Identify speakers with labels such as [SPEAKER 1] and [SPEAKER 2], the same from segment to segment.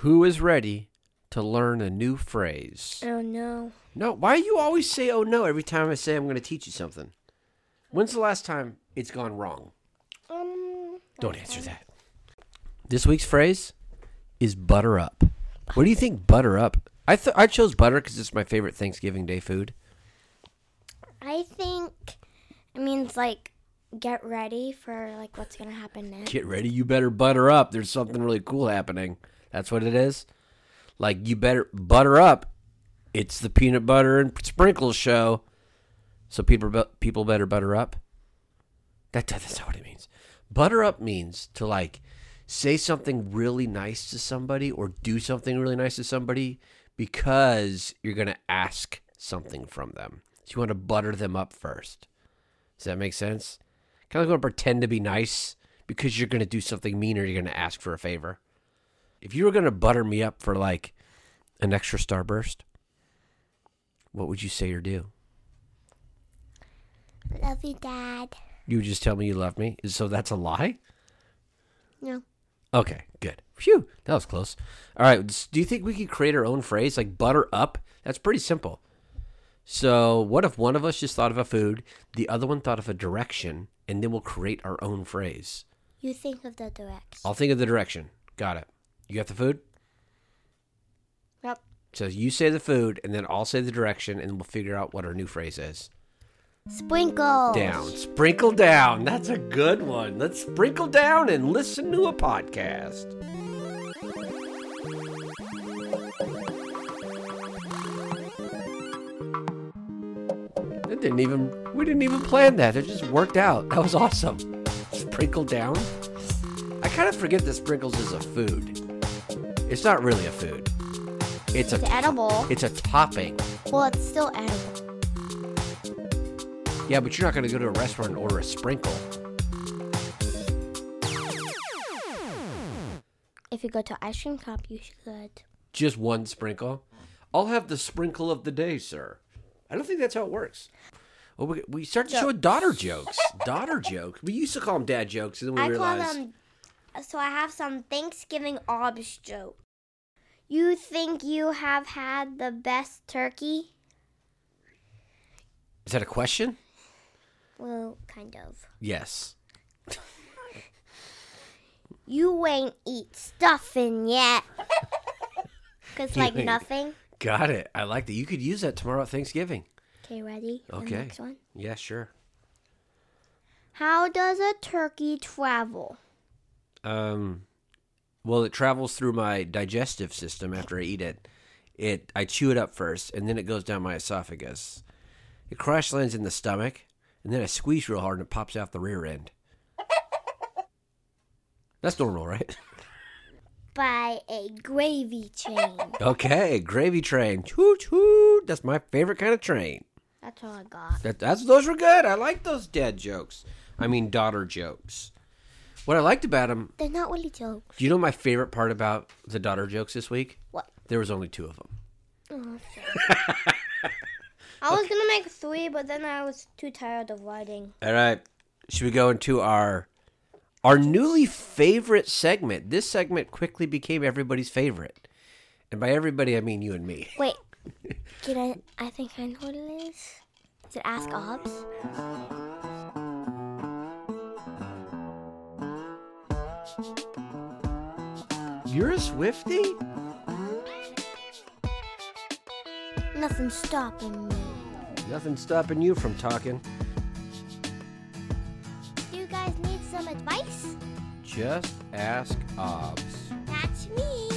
[SPEAKER 1] Who is ready to learn a new phrase?
[SPEAKER 2] Oh no.
[SPEAKER 1] No, why do you always say oh no every time I say I'm going to teach you something? When's the last time it's gone wrong?
[SPEAKER 2] Um.
[SPEAKER 1] Don't answer that. This week's phrase is butter up. What do you think butter up? I th- I chose butter cuz it's my favorite Thanksgiving Day food.
[SPEAKER 2] I think it means like get ready for like what's gonna happen next.
[SPEAKER 1] Get ready, you better butter up. There's something really cool happening. That's what it is. Like you better butter up. It's the peanut butter and sprinkles show. So people be- people better butter up. That that's not what it means. Butter up means to like say something really nice to somebody or do something really nice to somebody because you're gonna ask something from them. So you want to butter them up first. Does that make sense? Kind of like want to pretend to be nice because you're gonna do something mean or you're gonna ask for a favor. If you were gonna butter me up for like an extra starburst, what would you say or do?
[SPEAKER 2] Love you, Dad.
[SPEAKER 1] You would just tell me you love me. So that's a lie?
[SPEAKER 2] No.
[SPEAKER 1] Okay, good. Phew, that was close. All right, s- do you think we could create our own phrase like butter up? That's pretty simple. So, what if one of us just thought of a food, the other one thought of a direction, and then we'll create our own phrase?
[SPEAKER 2] You think of the directs.
[SPEAKER 1] I'll think of the direction. Got it. You got the food?
[SPEAKER 2] Yep.
[SPEAKER 1] So, you say the food, and then I'll say the direction, and we'll figure out what our new phrase is.
[SPEAKER 2] Sprinkle.
[SPEAKER 1] Down. Sprinkle down. That's a good one. Let's sprinkle down and listen to a podcast. It didn't even we didn't even plan that. It just worked out. That was awesome. Sprinkle down. I kind of forget that sprinkles is a food. It's not really a food. It's a
[SPEAKER 2] It's edible.
[SPEAKER 1] it's a topping.
[SPEAKER 2] Well, it's still edible.
[SPEAKER 1] Yeah, but you're not going to go to a restaurant and order a sprinkle.
[SPEAKER 2] If you go to ice cream shop, you should.
[SPEAKER 1] Just one sprinkle. I'll have the sprinkle of the day, sir. I don't think that's how it works. Well, we, we start to show daughter jokes. daughter jokes. We used to call them dad jokes, and then we
[SPEAKER 2] I
[SPEAKER 1] realized
[SPEAKER 2] call them. So I have some Thanksgiving obs joke. You think you have had the best turkey?
[SPEAKER 1] is that a question?
[SPEAKER 2] Well, kind of.
[SPEAKER 1] Yes.
[SPEAKER 2] You ain't eat stuffing yet. Cause
[SPEAKER 1] You
[SPEAKER 2] like
[SPEAKER 1] ain't-
[SPEAKER 2] nothing.
[SPEAKER 1] Got it. I like that. You could use that tomorrow at Thanksgiving.
[SPEAKER 2] Okay, ready? for the
[SPEAKER 1] Okay.
[SPEAKER 2] next one.
[SPEAKER 1] Yeah, sure.
[SPEAKER 2] How does a turkey travel?
[SPEAKER 1] Um, well, it travels through my digestive system after I eat it. It I chew it up first, and then it goes down my esophagus. It crash lands in the stomach, and then I squeeze real hard, and it pops out the rear end. That's normal, right?
[SPEAKER 2] By a gravy train.
[SPEAKER 1] Okay, gravy train. Choo choo. That's my favorite kind of train.
[SPEAKER 2] That's all I got.
[SPEAKER 1] That, that's those were good. I like those dad jokes. I mean, daughter jokes. What I liked about them.
[SPEAKER 2] They're not really jokes.
[SPEAKER 1] Do you know my favorite part about the daughter jokes this week?
[SPEAKER 2] What?
[SPEAKER 1] There was only two of them.
[SPEAKER 2] Oh, sorry. I was gonna make three, but then I was too tired of writing.
[SPEAKER 1] All right. Should we go into our our newly favorite segment? This segment quickly became everybody's favorite. And by everybody I mean you and me.
[SPEAKER 2] Wait. Did I? I think I know what it is. Is it Ask Obs?
[SPEAKER 1] You're a Swifty?
[SPEAKER 2] Nothing stopping me.
[SPEAKER 1] Nothing stopping you from talking.
[SPEAKER 2] Do you guys need some advice?
[SPEAKER 1] Just ask Obs.
[SPEAKER 2] That's me.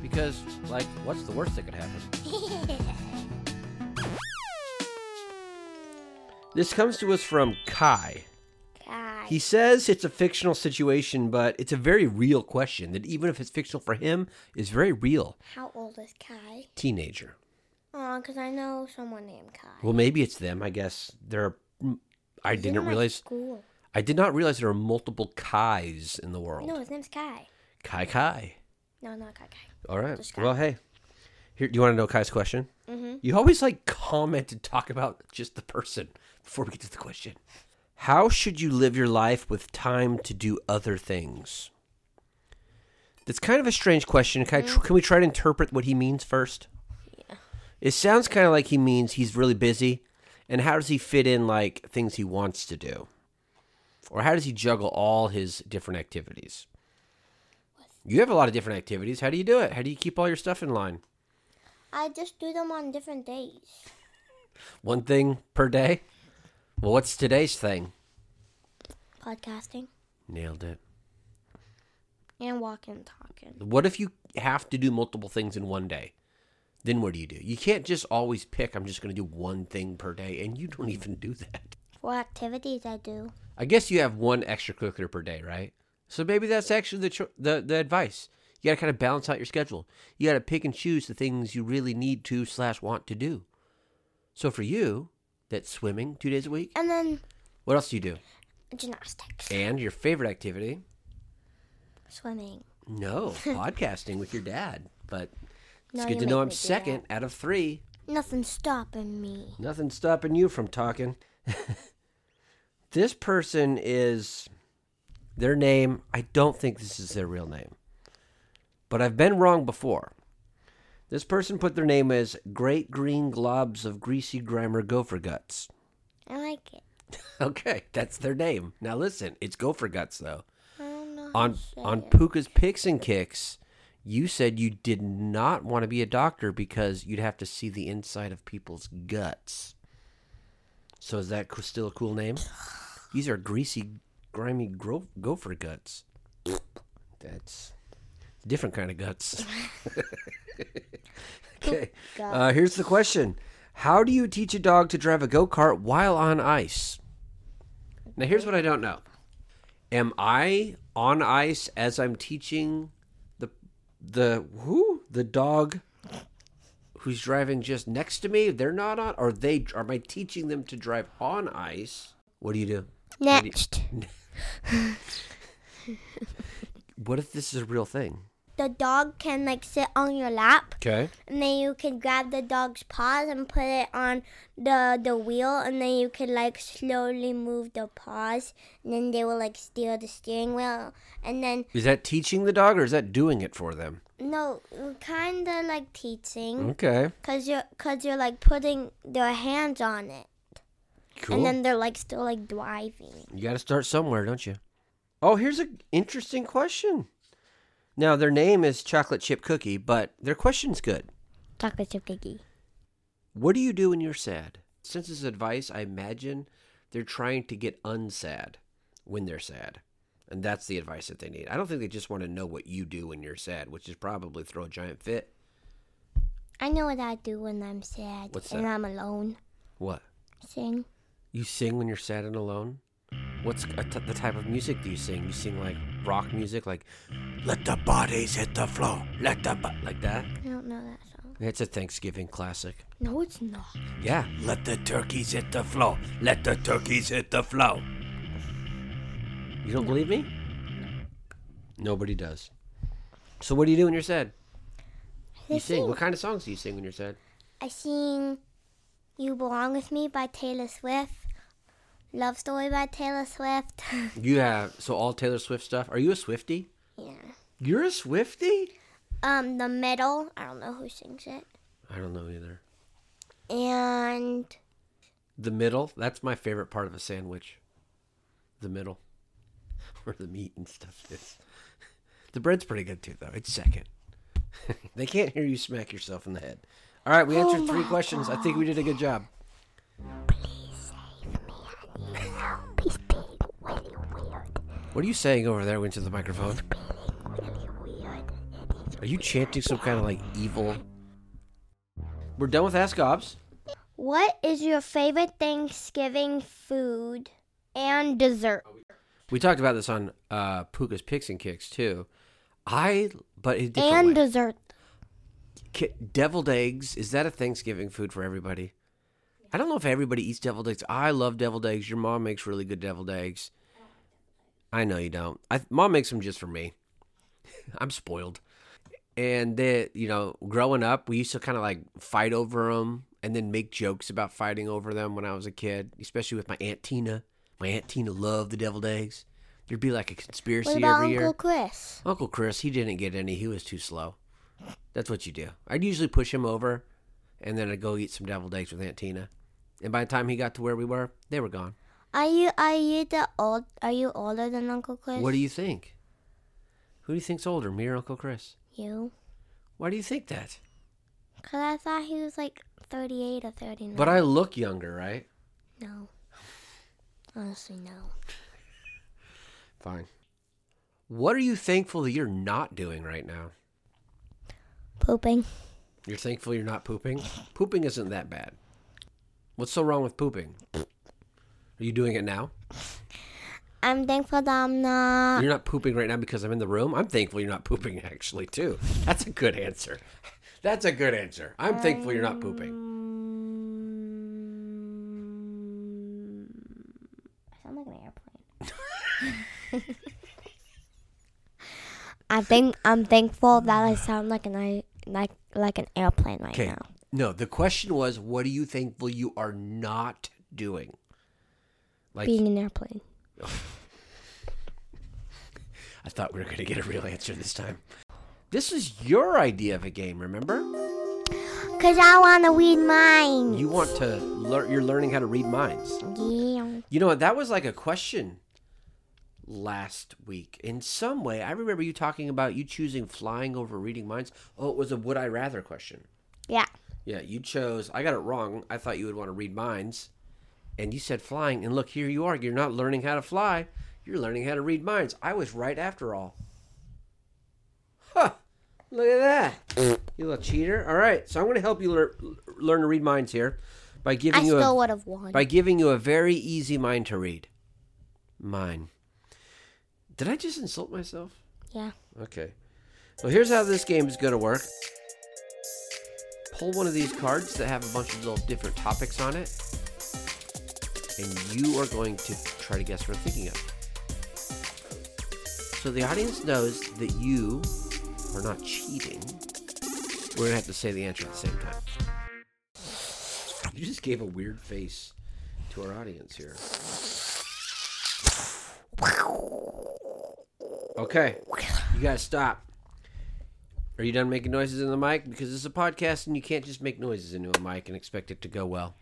[SPEAKER 1] Because like what's the worst that could happen? This comes to us from Kai.
[SPEAKER 2] Guys.
[SPEAKER 1] He says it's a fictional situation, but it's a very real question that even if it's fictional for him, is very real.
[SPEAKER 2] How old is Kai?
[SPEAKER 1] Teenager.
[SPEAKER 2] Oh, because I know someone named Kai.
[SPEAKER 1] Well, maybe it's them. I guess there. Are, mm, I
[SPEAKER 2] He's in
[SPEAKER 1] didn't
[SPEAKER 2] my
[SPEAKER 1] realize.
[SPEAKER 2] School.
[SPEAKER 1] I did not realize there are multiple Kais in the world.
[SPEAKER 2] No, his name's Kai.
[SPEAKER 1] Kai Kai.
[SPEAKER 2] No, not Kai Kai.
[SPEAKER 1] All right.
[SPEAKER 2] Just Kai.
[SPEAKER 1] Well, hey. Here, do you want to know Kai's question?
[SPEAKER 2] Mm-hmm.
[SPEAKER 1] You always like comment and talk about just the person before we get to the question. How should you live your life with time to do other things? That's kind of a strange question. Can, I
[SPEAKER 2] Mm-hmm.
[SPEAKER 1] tr- can we try to interpret what he means first? Yeah. It sounds kind of like he means he's really busy, and how does he fit in like things he wants to do, or how does he juggle all his different activities? You have a lot of different activities. How do you do it? How do you keep all your stuff in line?
[SPEAKER 2] I just do them on different days.
[SPEAKER 1] One thing per day. Well, what's today's thing?
[SPEAKER 2] Podcasting
[SPEAKER 1] Nailed it.
[SPEAKER 2] and walking and talking.
[SPEAKER 1] What if you have to do multiple things in one day? Then what do you do? You can't just always pick, I'm just going to do one thing per day, and you don't even do that.
[SPEAKER 2] What activities I do.
[SPEAKER 1] I guess you have one extracurricular per day, right? So maybe that's actually the cho- the, the advice. You got to kind of balance out your schedule. You got to pick and choose the things you really need to slash want to do. So for you, that's swimming two days a week.
[SPEAKER 2] And then
[SPEAKER 1] What else do you do?
[SPEAKER 2] gymnastics,
[SPEAKER 1] And your favorite activity?
[SPEAKER 2] swimming.
[SPEAKER 1] No, podcasting with your dad. But it's
[SPEAKER 2] No,
[SPEAKER 1] good
[SPEAKER 2] you
[SPEAKER 1] to know
[SPEAKER 2] make
[SPEAKER 1] I'm
[SPEAKER 2] me do
[SPEAKER 1] second out of three.
[SPEAKER 2] Nothing stopping me.
[SPEAKER 1] Nothing stopping you from talking. this person is their name. I don't think this is their real name, but I've been wrong before. This person put their name as Great Green Globs of Greasy Grimer Gopher Guts.
[SPEAKER 2] I like it.
[SPEAKER 1] Okay, that's their name. Now listen, it's Gopher Guts though.
[SPEAKER 2] I don't know. how
[SPEAKER 1] On
[SPEAKER 2] to say
[SPEAKER 1] on
[SPEAKER 2] it.
[SPEAKER 1] Puka's Picks and Kicks, you said you did not want to be a doctor because you'd have to see the inside of people's guts. So is that co- still a cool name? These are greasy, grimy gro- gopher guts. That's different kind of guts. okay. Uh, here's the question: How do you teach a dog to drive a go kart while on ice? Now, here's what I don't know: Am I on ice as I'm teaching the the who the dog who's driving just next to me? They're not on. Are they? Am I teaching them to drive on ice? What do you do?
[SPEAKER 2] Next,
[SPEAKER 1] What if this is a real thing?
[SPEAKER 2] the dog can like sit on your lap,
[SPEAKER 1] Okay.
[SPEAKER 2] and then you can grab the dog's paws and put it on the the wheel, and then you can like slowly move the paws, and then they will like steer the steering wheel, and then
[SPEAKER 1] Is that teaching the dog or is that doing it for them?
[SPEAKER 2] no, kind of like teaching,
[SPEAKER 1] Okay.
[SPEAKER 2] cause you're cause you're like putting their hands on it,
[SPEAKER 1] Cool.
[SPEAKER 2] and then they're like still like driving.
[SPEAKER 1] You got to start somewhere, don't you? Oh, here's an interesting question. Now, their name is Chocolate Chip Cookie, but their question's good.
[SPEAKER 2] Chocolate chip cookie.
[SPEAKER 1] What do you do when you're sad? Since this is advice, I imagine they're trying to get unsad when they're sad. And that's the advice that they need. I don't think they just want to know what you do when you're sad, which is probably throw a giant fit.
[SPEAKER 2] I know what I do when I'm sad
[SPEAKER 1] What's
[SPEAKER 2] and
[SPEAKER 1] that?
[SPEAKER 2] I'm alone.
[SPEAKER 1] What?
[SPEAKER 2] Sing.
[SPEAKER 1] You sing when you're sad and alone? What's a t- the type of music do you sing? You sing like rock music, like "Let the bodies hit the floor," let the bo-, like that.
[SPEAKER 2] I don't know that song.
[SPEAKER 1] It's a Thanksgiving classic.
[SPEAKER 2] No, it's not.
[SPEAKER 1] Yeah. Let the turkeys hit the floor. Let the turkeys hit the floor. You don't believe me? Nobody does. So what do you do when you're sad?
[SPEAKER 2] I
[SPEAKER 1] You sing. What kind of songs do you sing when you're sad?
[SPEAKER 2] I sing You Belong With Me by Taylor Swift. Love Story by Taylor Swift.
[SPEAKER 1] You have so all Taylor Swift stuff. Are you a Swifty?
[SPEAKER 2] yeah.
[SPEAKER 1] You're a Swifty?
[SPEAKER 2] Um, The Middle. I don't know who sings it.
[SPEAKER 1] I don't know either.
[SPEAKER 2] And
[SPEAKER 1] The middle. That's my favorite part of a sandwich. The middle. Where the meat and stuff is. The bread's pretty good too, though. It's second. they can't hear you smack yourself in the head. All right, we answered three questions. I think we did a good job. What are you saying over there into the microphone? Are you chanting some kind of like evil? We're done with Ask Obs.
[SPEAKER 2] what is your favorite Thanksgiving food and dessert?
[SPEAKER 1] We talked about this on uh, Puka's Picks and Kicks too. I but it different
[SPEAKER 2] And
[SPEAKER 1] way.
[SPEAKER 2] dessert.
[SPEAKER 1] Ki- deviled eggs is that a Thanksgiving food for everybody? I don't know if everybody eats deviled eggs. I love deviled eggs. Your mom makes really good deviled eggs. I know you don't. I, mom makes them just for me. I'm spoiled. And they, you know, growing up, we used to kind of like fight over them and then make jokes about fighting over them when I was a kid, especially with my Aunt Tina. My Aunt Tina loved the deviled eggs. There'd be like a conspiracy
[SPEAKER 2] What
[SPEAKER 1] every
[SPEAKER 2] about Uncle
[SPEAKER 1] year.
[SPEAKER 2] Chris?
[SPEAKER 1] Uncle Chris, he didn't get any. He was too slow. That's what you do. I'd usually push him over, and then I'd go eat some deviled eggs with Aunt Tina. And by the time he got to where we were, they were gone.
[SPEAKER 2] Are you are you the old? Are you older than Uncle Chris?
[SPEAKER 1] What do you think? Who do you think's older, me or Uncle Chris?
[SPEAKER 2] You?
[SPEAKER 1] Why do you think that?
[SPEAKER 2] Cause I thought he was like thirty eight or thirty nine.
[SPEAKER 1] But I look younger, right?
[SPEAKER 2] no. Honestly, no.
[SPEAKER 1] Fine. What are you thankful that you're not doing right now?
[SPEAKER 2] Pooping.
[SPEAKER 1] You're thankful you're not pooping? Pooping isn't that bad. What's so wrong with pooping? Are you doing it now?
[SPEAKER 2] I'm thankful that I'm not.
[SPEAKER 1] You're not pooping right now because I'm in the room. I'm thankful you're not pooping actually too. That's a good answer. That's a good answer. I'm thankful you're not pooping.
[SPEAKER 2] I sound like an airplane. I think I'm thankful that I sound like an I like like an airplane right
[SPEAKER 1] Okay.
[SPEAKER 2] now.
[SPEAKER 1] No, the question was what are you thankful you are not doing? Like
[SPEAKER 2] Being an airplane.
[SPEAKER 1] I thought we were going to get a real answer this time. This is your idea of a game, remember?
[SPEAKER 2] Cause I wanna read mine.
[SPEAKER 1] You want to learn you're learning how to read minds.
[SPEAKER 2] Yeah.
[SPEAKER 1] You know what? That was like a question last week. In some way, I remember you talking about you choosing flying over reading minds. Oh, it was a would I rather question.
[SPEAKER 2] Yeah.
[SPEAKER 1] Yeah, you chose. I got it wrong. I thought you would want to read minds, and you said flying. And look, here you are. You're not learning how to fly. You're learning how to read minds. I was right after all. Huh. Look at that. You little cheater. All right. So I'm going to help you lear- learn to read minds here by giving
[SPEAKER 2] I
[SPEAKER 1] you a
[SPEAKER 2] still would have won.
[SPEAKER 1] by giving you a very easy mind to read. Mine. Did I just insult myself?
[SPEAKER 2] yeah.
[SPEAKER 1] Okay. Well, here's how this game is going to work. Pull one of these cards that have a bunch of little different topics on it, and you are going to try to guess what I'm thinking of. So the audience knows that you are not cheating. We're going to have to say the answer at the same time. You just gave a weird face to our audience here. Okay. You gotta stop. Are you done making noises in the mic? Because it's a podcast and you can't just make noises into a mic and expect it to go well.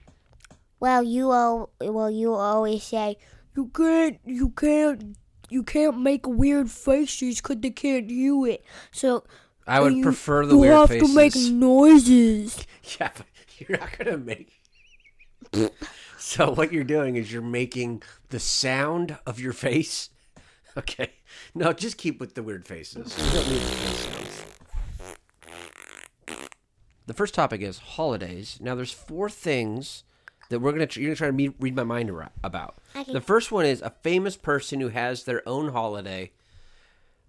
[SPEAKER 2] Well, you all. Well, you always say
[SPEAKER 3] You can't, you can't, you can't make weird faces 'cause they can't hear it. So
[SPEAKER 1] I would
[SPEAKER 3] you-
[SPEAKER 1] prefer the
[SPEAKER 3] you
[SPEAKER 1] weird
[SPEAKER 3] have
[SPEAKER 1] faces.
[SPEAKER 3] to make noises.
[SPEAKER 1] yeah, but you're not gonna make. so what you're doing is you're making the sound of your face. Okay. No, just keep with the weird faces. You don't need the face sounds. The first topic is holidays. Now, there's four things that we're gonna tr- you're gonna try to me- read my mind ar- about.
[SPEAKER 2] Okay.
[SPEAKER 1] The first one is a famous person who has their own holiday.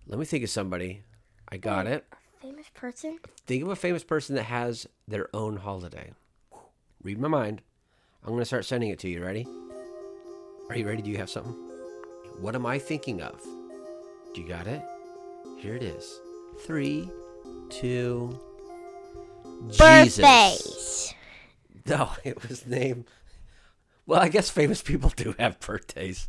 [SPEAKER 1] Let me think of somebody. I got it.
[SPEAKER 2] famous person.
[SPEAKER 1] Think of a famous person that has their own holiday. Read my mind. I'm going to start sending it to you. Ready? Are you ready? Do you have something? What am I thinking of? Do you got it? Here it is. Three, two, Jesus.
[SPEAKER 2] Birthdays.
[SPEAKER 1] No, it was named. Well, I guess famous people do have birthdays.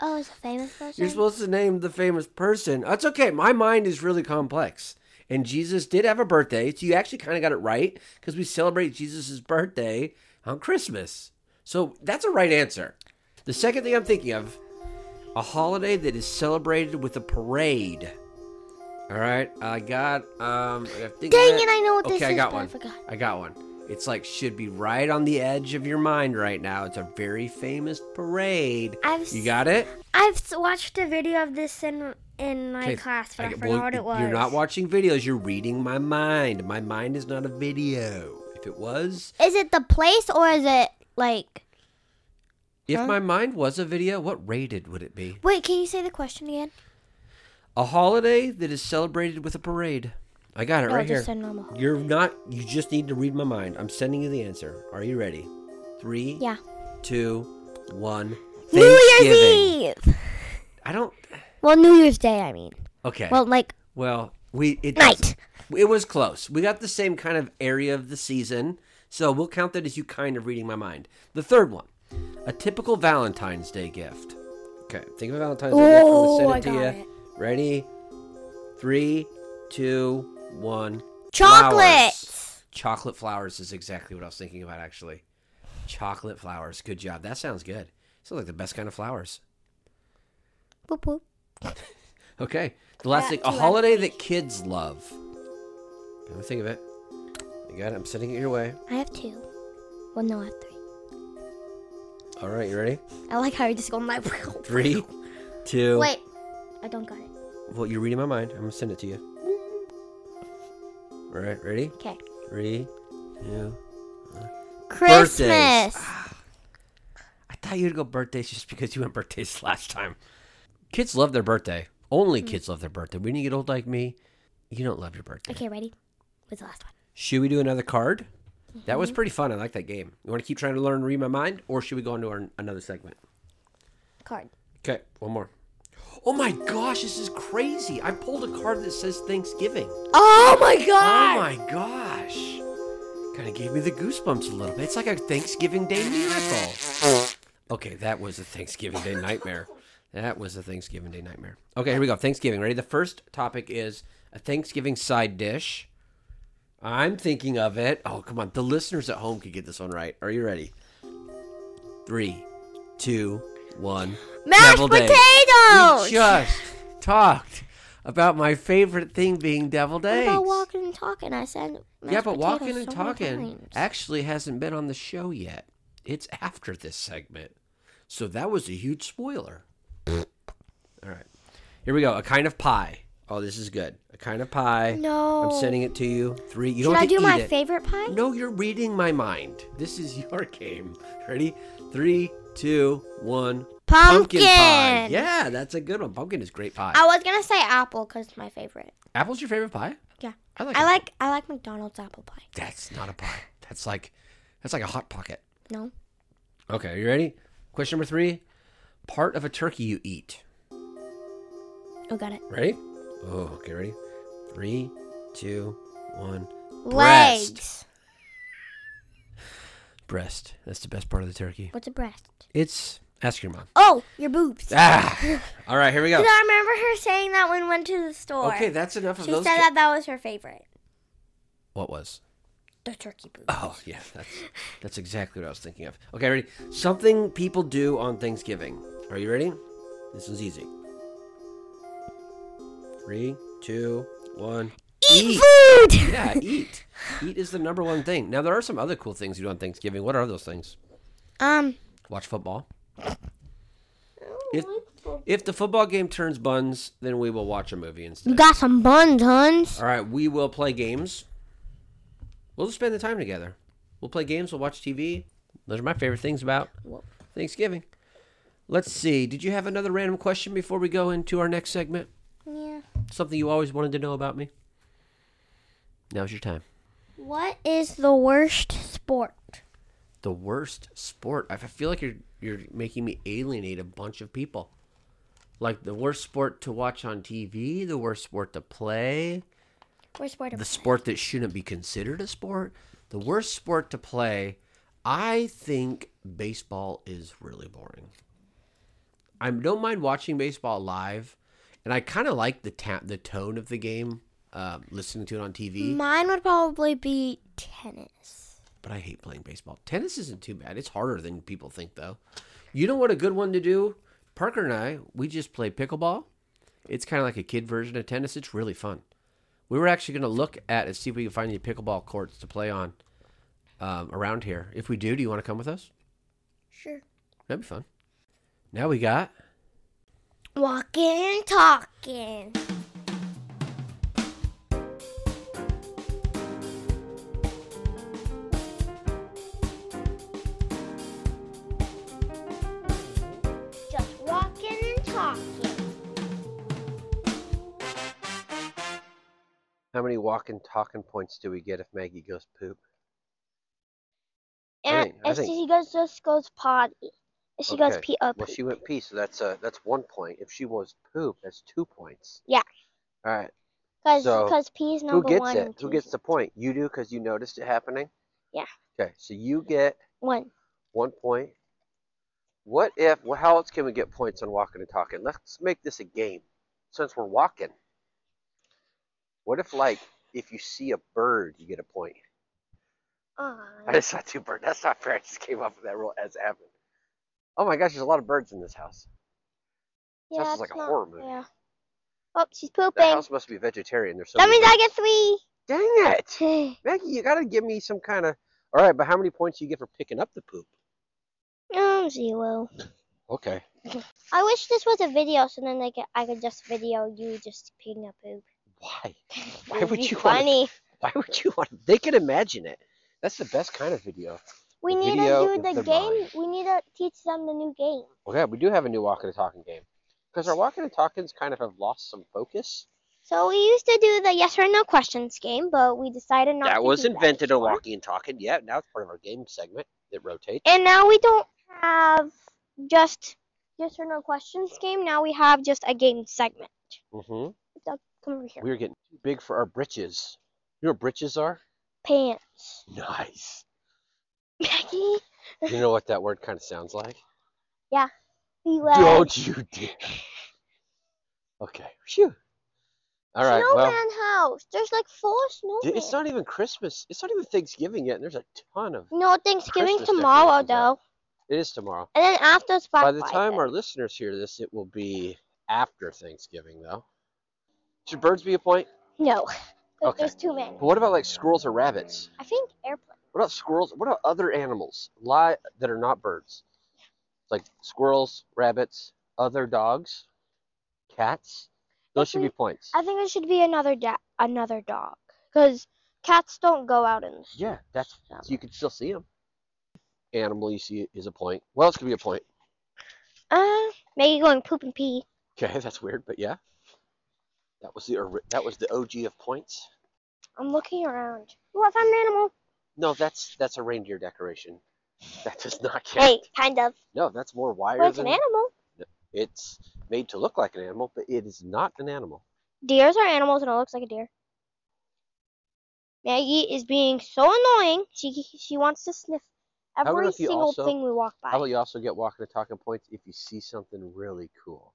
[SPEAKER 2] Oh, it's a famous person.
[SPEAKER 1] You're supposed to name the famous person. That's okay. My mind is really complex. And Jesus did have a birthday, so you actually kind of got it right because we celebrate Jesus' birthday on Christmas. So that's a right answer. The second thing I'm thinking of, a holiday that is celebrated with a parade. All right, I got. Um, I think
[SPEAKER 2] Dang
[SPEAKER 1] of
[SPEAKER 2] it, I know what
[SPEAKER 1] okay,
[SPEAKER 2] this
[SPEAKER 1] I
[SPEAKER 2] is,
[SPEAKER 1] got
[SPEAKER 2] but I
[SPEAKER 1] one.
[SPEAKER 2] forgot.
[SPEAKER 1] I got one. It's like should be right on the edge of your mind right now. It's a very famous parade.
[SPEAKER 2] I've
[SPEAKER 1] You got it.
[SPEAKER 2] I've s- watched a video of this in in my
[SPEAKER 1] Okay,
[SPEAKER 2] class, but I,
[SPEAKER 1] I-
[SPEAKER 2] forgot
[SPEAKER 1] well,
[SPEAKER 2] what it was.
[SPEAKER 1] You're not watching videos. You're reading my mind. My mind is not a video. If it was,
[SPEAKER 2] Is it the place or is it like?
[SPEAKER 1] if my mind was a video, what rated would it be?
[SPEAKER 2] Wait, can you say the question again?
[SPEAKER 1] A holiday that is celebrated with a parade. I got it
[SPEAKER 2] no,
[SPEAKER 1] right
[SPEAKER 2] Oh, just
[SPEAKER 1] here.
[SPEAKER 2] a normal.
[SPEAKER 1] You're not. You just need to read my mind. I'm sending you the answer. Are you ready? Three,
[SPEAKER 2] Yeah.
[SPEAKER 1] two, one.
[SPEAKER 2] New Year's
[SPEAKER 1] Thanksgiving.
[SPEAKER 2] Eve.
[SPEAKER 1] I don't.
[SPEAKER 2] Well, New Year's Day, I mean.
[SPEAKER 1] Okay.
[SPEAKER 2] Well, like
[SPEAKER 1] Well, we it
[SPEAKER 2] Night.
[SPEAKER 1] It was close. We got the same kind of area of the season, so we'll count that as you kind of reading my mind. The third one, a typical Valentine's Day gift. Okay, think of a Valentine's Day. gift. I'm
[SPEAKER 3] Oh,
[SPEAKER 1] gonna
[SPEAKER 3] I
[SPEAKER 1] send it
[SPEAKER 3] got it.
[SPEAKER 1] to you. Ready? Three, two, one.
[SPEAKER 2] Chocolate.
[SPEAKER 1] Flowers. Chocolate flowers is exactly what I was thinking about, actually. Chocolate flowers. Good job. That sounds good. Sounds like the best kind of flowers.
[SPEAKER 2] Boop, boop.
[SPEAKER 1] Okay. The last thing, a holiday that kids love. Let me think of it. You got it. I'm sending it your way.
[SPEAKER 2] I have two. Well, no, I have three.
[SPEAKER 1] All right. You ready?
[SPEAKER 2] I like how you just go like.
[SPEAKER 1] Three, two.
[SPEAKER 2] Wait, I don't got it.
[SPEAKER 1] Well, you're reading my mind. I'm gonna send it to you. All right. Ready?
[SPEAKER 2] Okay.
[SPEAKER 1] Three, two. Birthdays.
[SPEAKER 2] Christmas.
[SPEAKER 1] I thought you'd go birthdays just because you went birthdays last time. Kids love their birthday. Only kids love their birthday. When you get old like me, you don't love your birthday.
[SPEAKER 2] Okay, ready? What's the last one?
[SPEAKER 1] Should we do another card? That was pretty fun. I like that game. You want to keep trying to learn read my mind, or should we go into our, another segment?
[SPEAKER 2] Card.
[SPEAKER 1] Okay, one more. Oh my gosh, this is crazy! I pulled a card that says Thanksgiving.
[SPEAKER 3] Oh my
[SPEAKER 1] Oh
[SPEAKER 3] god!
[SPEAKER 1] my gosh! Kind of gave me the goosebumps a little bit. It's like a Thanksgiving Day miracle. Okay, that was a Thanksgiving Day nightmare. That was a Thanksgiving Day nightmare. Okay, here we go. Thanksgiving. Ready? The first topic is a Thanksgiving side dish. I'm thinking of it. Oh, come on. The listeners at home could get this one right. Are you ready? Three, two, one.
[SPEAKER 2] Mashed
[SPEAKER 1] Deviled eggs.
[SPEAKER 2] potatoes.
[SPEAKER 1] We just talked about my favorite thing being deviled
[SPEAKER 2] What
[SPEAKER 1] eggs.
[SPEAKER 2] about walking and talking? I said.
[SPEAKER 1] yeah,
[SPEAKER 2] mashed
[SPEAKER 1] but walking
[SPEAKER 2] potatoes
[SPEAKER 1] and
[SPEAKER 2] so many
[SPEAKER 1] talking
[SPEAKER 2] times.
[SPEAKER 1] actually hasn't been on the show yet. It's after this segment. So that was a huge spoiler. All right. Here we go. A kind of pie. Oh, this is good. A kind of pie.
[SPEAKER 2] No.
[SPEAKER 1] I'm sending it to you. Three. You
[SPEAKER 2] Should
[SPEAKER 1] don't
[SPEAKER 2] I
[SPEAKER 1] have to
[SPEAKER 2] do my
[SPEAKER 1] eat it.
[SPEAKER 2] favorite pie?
[SPEAKER 1] No, you're reading my mind. This is your game. Ready? Three, two, one. Pumpkin pie.
[SPEAKER 2] Pumpkin.
[SPEAKER 1] Yeah, that's a good one. Pumpkin is great pie.
[SPEAKER 2] I was gonna say apple because it's my favorite.
[SPEAKER 1] Apple's your favorite pie?
[SPEAKER 2] Yeah.
[SPEAKER 1] I like
[SPEAKER 2] I
[SPEAKER 1] apple.
[SPEAKER 2] like I like McDonald's apple pie.
[SPEAKER 1] That's not a pie. That's like that's like a hot pocket.
[SPEAKER 2] No.
[SPEAKER 1] Okay, are you ready? Question number three. Part of a turkey you eat.
[SPEAKER 2] Oh, got it.
[SPEAKER 1] Ready? Oh, okay, ready? Three, two, one. Breast.
[SPEAKER 2] Legs.
[SPEAKER 1] Breast. That's the best part of the turkey.
[SPEAKER 2] What's a breast?
[SPEAKER 1] It's ask your mom.
[SPEAKER 2] Oh, your boobs.
[SPEAKER 1] Ah. All right, here we go.
[SPEAKER 2] Because I remember her saying that when we went to the store.
[SPEAKER 1] Okay, that's enough of
[SPEAKER 2] She said
[SPEAKER 1] those.
[SPEAKER 2] that that was her favorite.
[SPEAKER 1] what was?
[SPEAKER 2] The turkey boobs.
[SPEAKER 1] Oh yeah, that's that's exactly what I was thinking of. Okay, ready? Something people do on Thanksgiving. Are you ready? This is easy. Three, two, one. Eat.
[SPEAKER 2] Food.
[SPEAKER 1] Yeah, eat. Eat is the number one thing. Now there are some other cool things you do on Thanksgiving. What are those things?
[SPEAKER 2] Um.
[SPEAKER 1] Watch football. If if the football game turns buns, then we will watch a movie
[SPEAKER 2] You
[SPEAKER 1] instead.
[SPEAKER 2] got some buns, huns.
[SPEAKER 1] All right, we will play games. We'll just spend the time together. We'll play games. We'll watch TV. Those are my favorite things about Thanksgiving. Let's see. Did you have another random question before we go into our next segment?
[SPEAKER 2] Yeah.
[SPEAKER 1] Something you always wanted to know about me? Now's your time.
[SPEAKER 2] What is the worst sport?
[SPEAKER 1] The worst sport. I feel like you're you're making me alienate a bunch of people. Like the worst sport to watch on TV, the worst sport to play,
[SPEAKER 2] Worst sport.
[SPEAKER 1] the sport that shouldn't be considered a sport, the worst sport to play. I think baseball is really boring. I don't mind watching baseball live, and I kind of like the ta- the tone of the game, uh, listening to it on TV.
[SPEAKER 2] Mine would probably be tennis.
[SPEAKER 1] But I hate playing baseball. Tennis isn't too bad. It's harder than people think, though. You know what a good one to do? Parker and I, we just play pickleball. It's kind of like a kid version of tennis. It's really fun. We were actually going to look at and see if we can find any pickleball courts to play on um, around here. If we do, do you want to come with us?
[SPEAKER 2] Sure.
[SPEAKER 1] That'd be fun. Now we got
[SPEAKER 2] Walking and talking. Just walking and talking.
[SPEAKER 1] how many walking talking points do we get if Maggie goes poop? I
[SPEAKER 2] And
[SPEAKER 1] think- I
[SPEAKER 2] if
[SPEAKER 1] think-
[SPEAKER 2] she goes, just goes potty. If she goes pee up.
[SPEAKER 1] went pee, so that's uh that's one point. If she was poop, that's two points.
[SPEAKER 2] Yeah.
[SPEAKER 1] All right.
[SPEAKER 2] Because
[SPEAKER 1] so,
[SPEAKER 2] pee is
[SPEAKER 1] Who
[SPEAKER 2] number
[SPEAKER 1] gets
[SPEAKER 2] one.
[SPEAKER 1] it?
[SPEAKER 2] and
[SPEAKER 1] Who
[SPEAKER 2] pee
[SPEAKER 1] gets
[SPEAKER 2] is
[SPEAKER 1] the point? You do because you noticed it happening?
[SPEAKER 2] Yeah.
[SPEAKER 1] Okay, so you get
[SPEAKER 2] One.
[SPEAKER 1] one point. What if? Well, how else can we get points on walking and talking? Let's make this a game. Since we're walking, what if like if you see a bird, you get a point? I
[SPEAKER 2] Aw.
[SPEAKER 1] just saw two birds. That's not fair. I just came up with that rule as happened. Oh my gosh, there's a lot of birds in this house.
[SPEAKER 2] Yeah,
[SPEAKER 1] This is
[SPEAKER 2] that's
[SPEAKER 1] like a
[SPEAKER 2] not
[SPEAKER 1] horror movie.
[SPEAKER 2] fair. Oh, she's
[SPEAKER 1] That
[SPEAKER 2] pooping.
[SPEAKER 1] house must be vegetarian. There's so
[SPEAKER 2] That
[SPEAKER 1] many
[SPEAKER 2] means I get three.
[SPEAKER 1] Dang it! Maggie, you gotta give me some kind of. All right, but how many points do you get for picking up the poop?
[SPEAKER 2] Um, zero.
[SPEAKER 1] Okay.
[SPEAKER 2] I wish this was a video, so then I could I could just video you just picking up poop.
[SPEAKER 1] Why?
[SPEAKER 2] It
[SPEAKER 1] Why
[SPEAKER 2] would
[SPEAKER 1] would
[SPEAKER 2] be
[SPEAKER 1] you wanna-
[SPEAKER 2] Funny.
[SPEAKER 1] Why would you want? They can imagine it. That's the best kind of video.
[SPEAKER 2] We
[SPEAKER 1] the
[SPEAKER 2] need
[SPEAKER 1] video
[SPEAKER 2] to do
[SPEAKER 1] in their
[SPEAKER 2] the game.
[SPEAKER 1] mind.
[SPEAKER 2] We need to teach them the new game.
[SPEAKER 1] Well, yeah, we do have a new walking and talking game because our walking and talkings kind of have lost some focus.
[SPEAKER 2] So we used to do the yes or no questions game, but we decided not. to
[SPEAKER 1] that was
[SPEAKER 2] do
[SPEAKER 1] invented on
[SPEAKER 2] anymore.
[SPEAKER 1] walking and talking. Yeah, now it's part of our game segment. It rotates.
[SPEAKER 2] And now we don't have just yes or no questions game. Now we have just a game segment.
[SPEAKER 1] hmm
[SPEAKER 2] Come over here.
[SPEAKER 1] We are getting too big for our britches. You know what britches are?
[SPEAKER 2] Pants.
[SPEAKER 1] Nice.
[SPEAKER 2] Maggie.
[SPEAKER 1] You know what that word kind of sounds like?
[SPEAKER 2] We left.
[SPEAKER 1] Don't you dare. Okay. Phew. All right.
[SPEAKER 2] Snowman
[SPEAKER 1] Well,
[SPEAKER 2] house. There's like four
[SPEAKER 1] d-
[SPEAKER 2] snowmen.
[SPEAKER 1] it's not even Christmas. It's not even Thanksgiving yet, and there's a ton of.
[SPEAKER 2] no, Thanksgiving's
[SPEAKER 1] Christmas
[SPEAKER 2] tomorrow
[SPEAKER 1] decorations out.
[SPEAKER 2] though,
[SPEAKER 1] It is tomorrow.
[SPEAKER 2] and then after it's Black
[SPEAKER 1] By the time
[SPEAKER 2] Friday.
[SPEAKER 1] our listeners hear this, it will be after Thanksgiving, though. Should birds be a point?
[SPEAKER 2] no, 'cause
[SPEAKER 1] Okay.
[SPEAKER 2] there's too many.
[SPEAKER 1] But what about like squirrels or rabbits?
[SPEAKER 2] I think airplane.
[SPEAKER 1] What about squirrels? What about other animals li- that are not birds? Like squirrels, rabbits, other dogs, cats. Those
[SPEAKER 2] If
[SPEAKER 1] should
[SPEAKER 2] we-
[SPEAKER 1] be points.
[SPEAKER 2] I think it should be another da- another dog, cause cats don't go out in the street.
[SPEAKER 1] Yeah, that's
[SPEAKER 2] Yeah.
[SPEAKER 1] so you can still see them. Animal you see is a point. What else could be a point?
[SPEAKER 2] Uh, Maggie going poop and pee.
[SPEAKER 1] Okay, that's weird, but yeah. That was the ori- that was the OG of points.
[SPEAKER 2] I'm looking around. Well, I found an animal.
[SPEAKER 1] No, that's that's a reindeer decoration. That does not count.
[SPEAKER 2] Hey, kind of.
[SPEAKER 1] No, that's more wire
[SPEAKER 2] Well, it's an
[SPEAKER 1] than
[SPEAKER 2] animal.
[SPEAKER 1] it's made to look like an animal, but it is not an animal.
[SPEAKER 2] Deers are animals, and it looks like a deer. Maggie is being so annoying. She she wants to sniff
[SPEAKER 1] about
[SPEAKER 2] every
[SPEAKER 1] if you
[SPEAKER 2] single
[SPEAKER 1] also-
[SPEAKER 2] thing we walk by.
[SPEAKER 1] How about you also get walking and talking points if you see something really cool?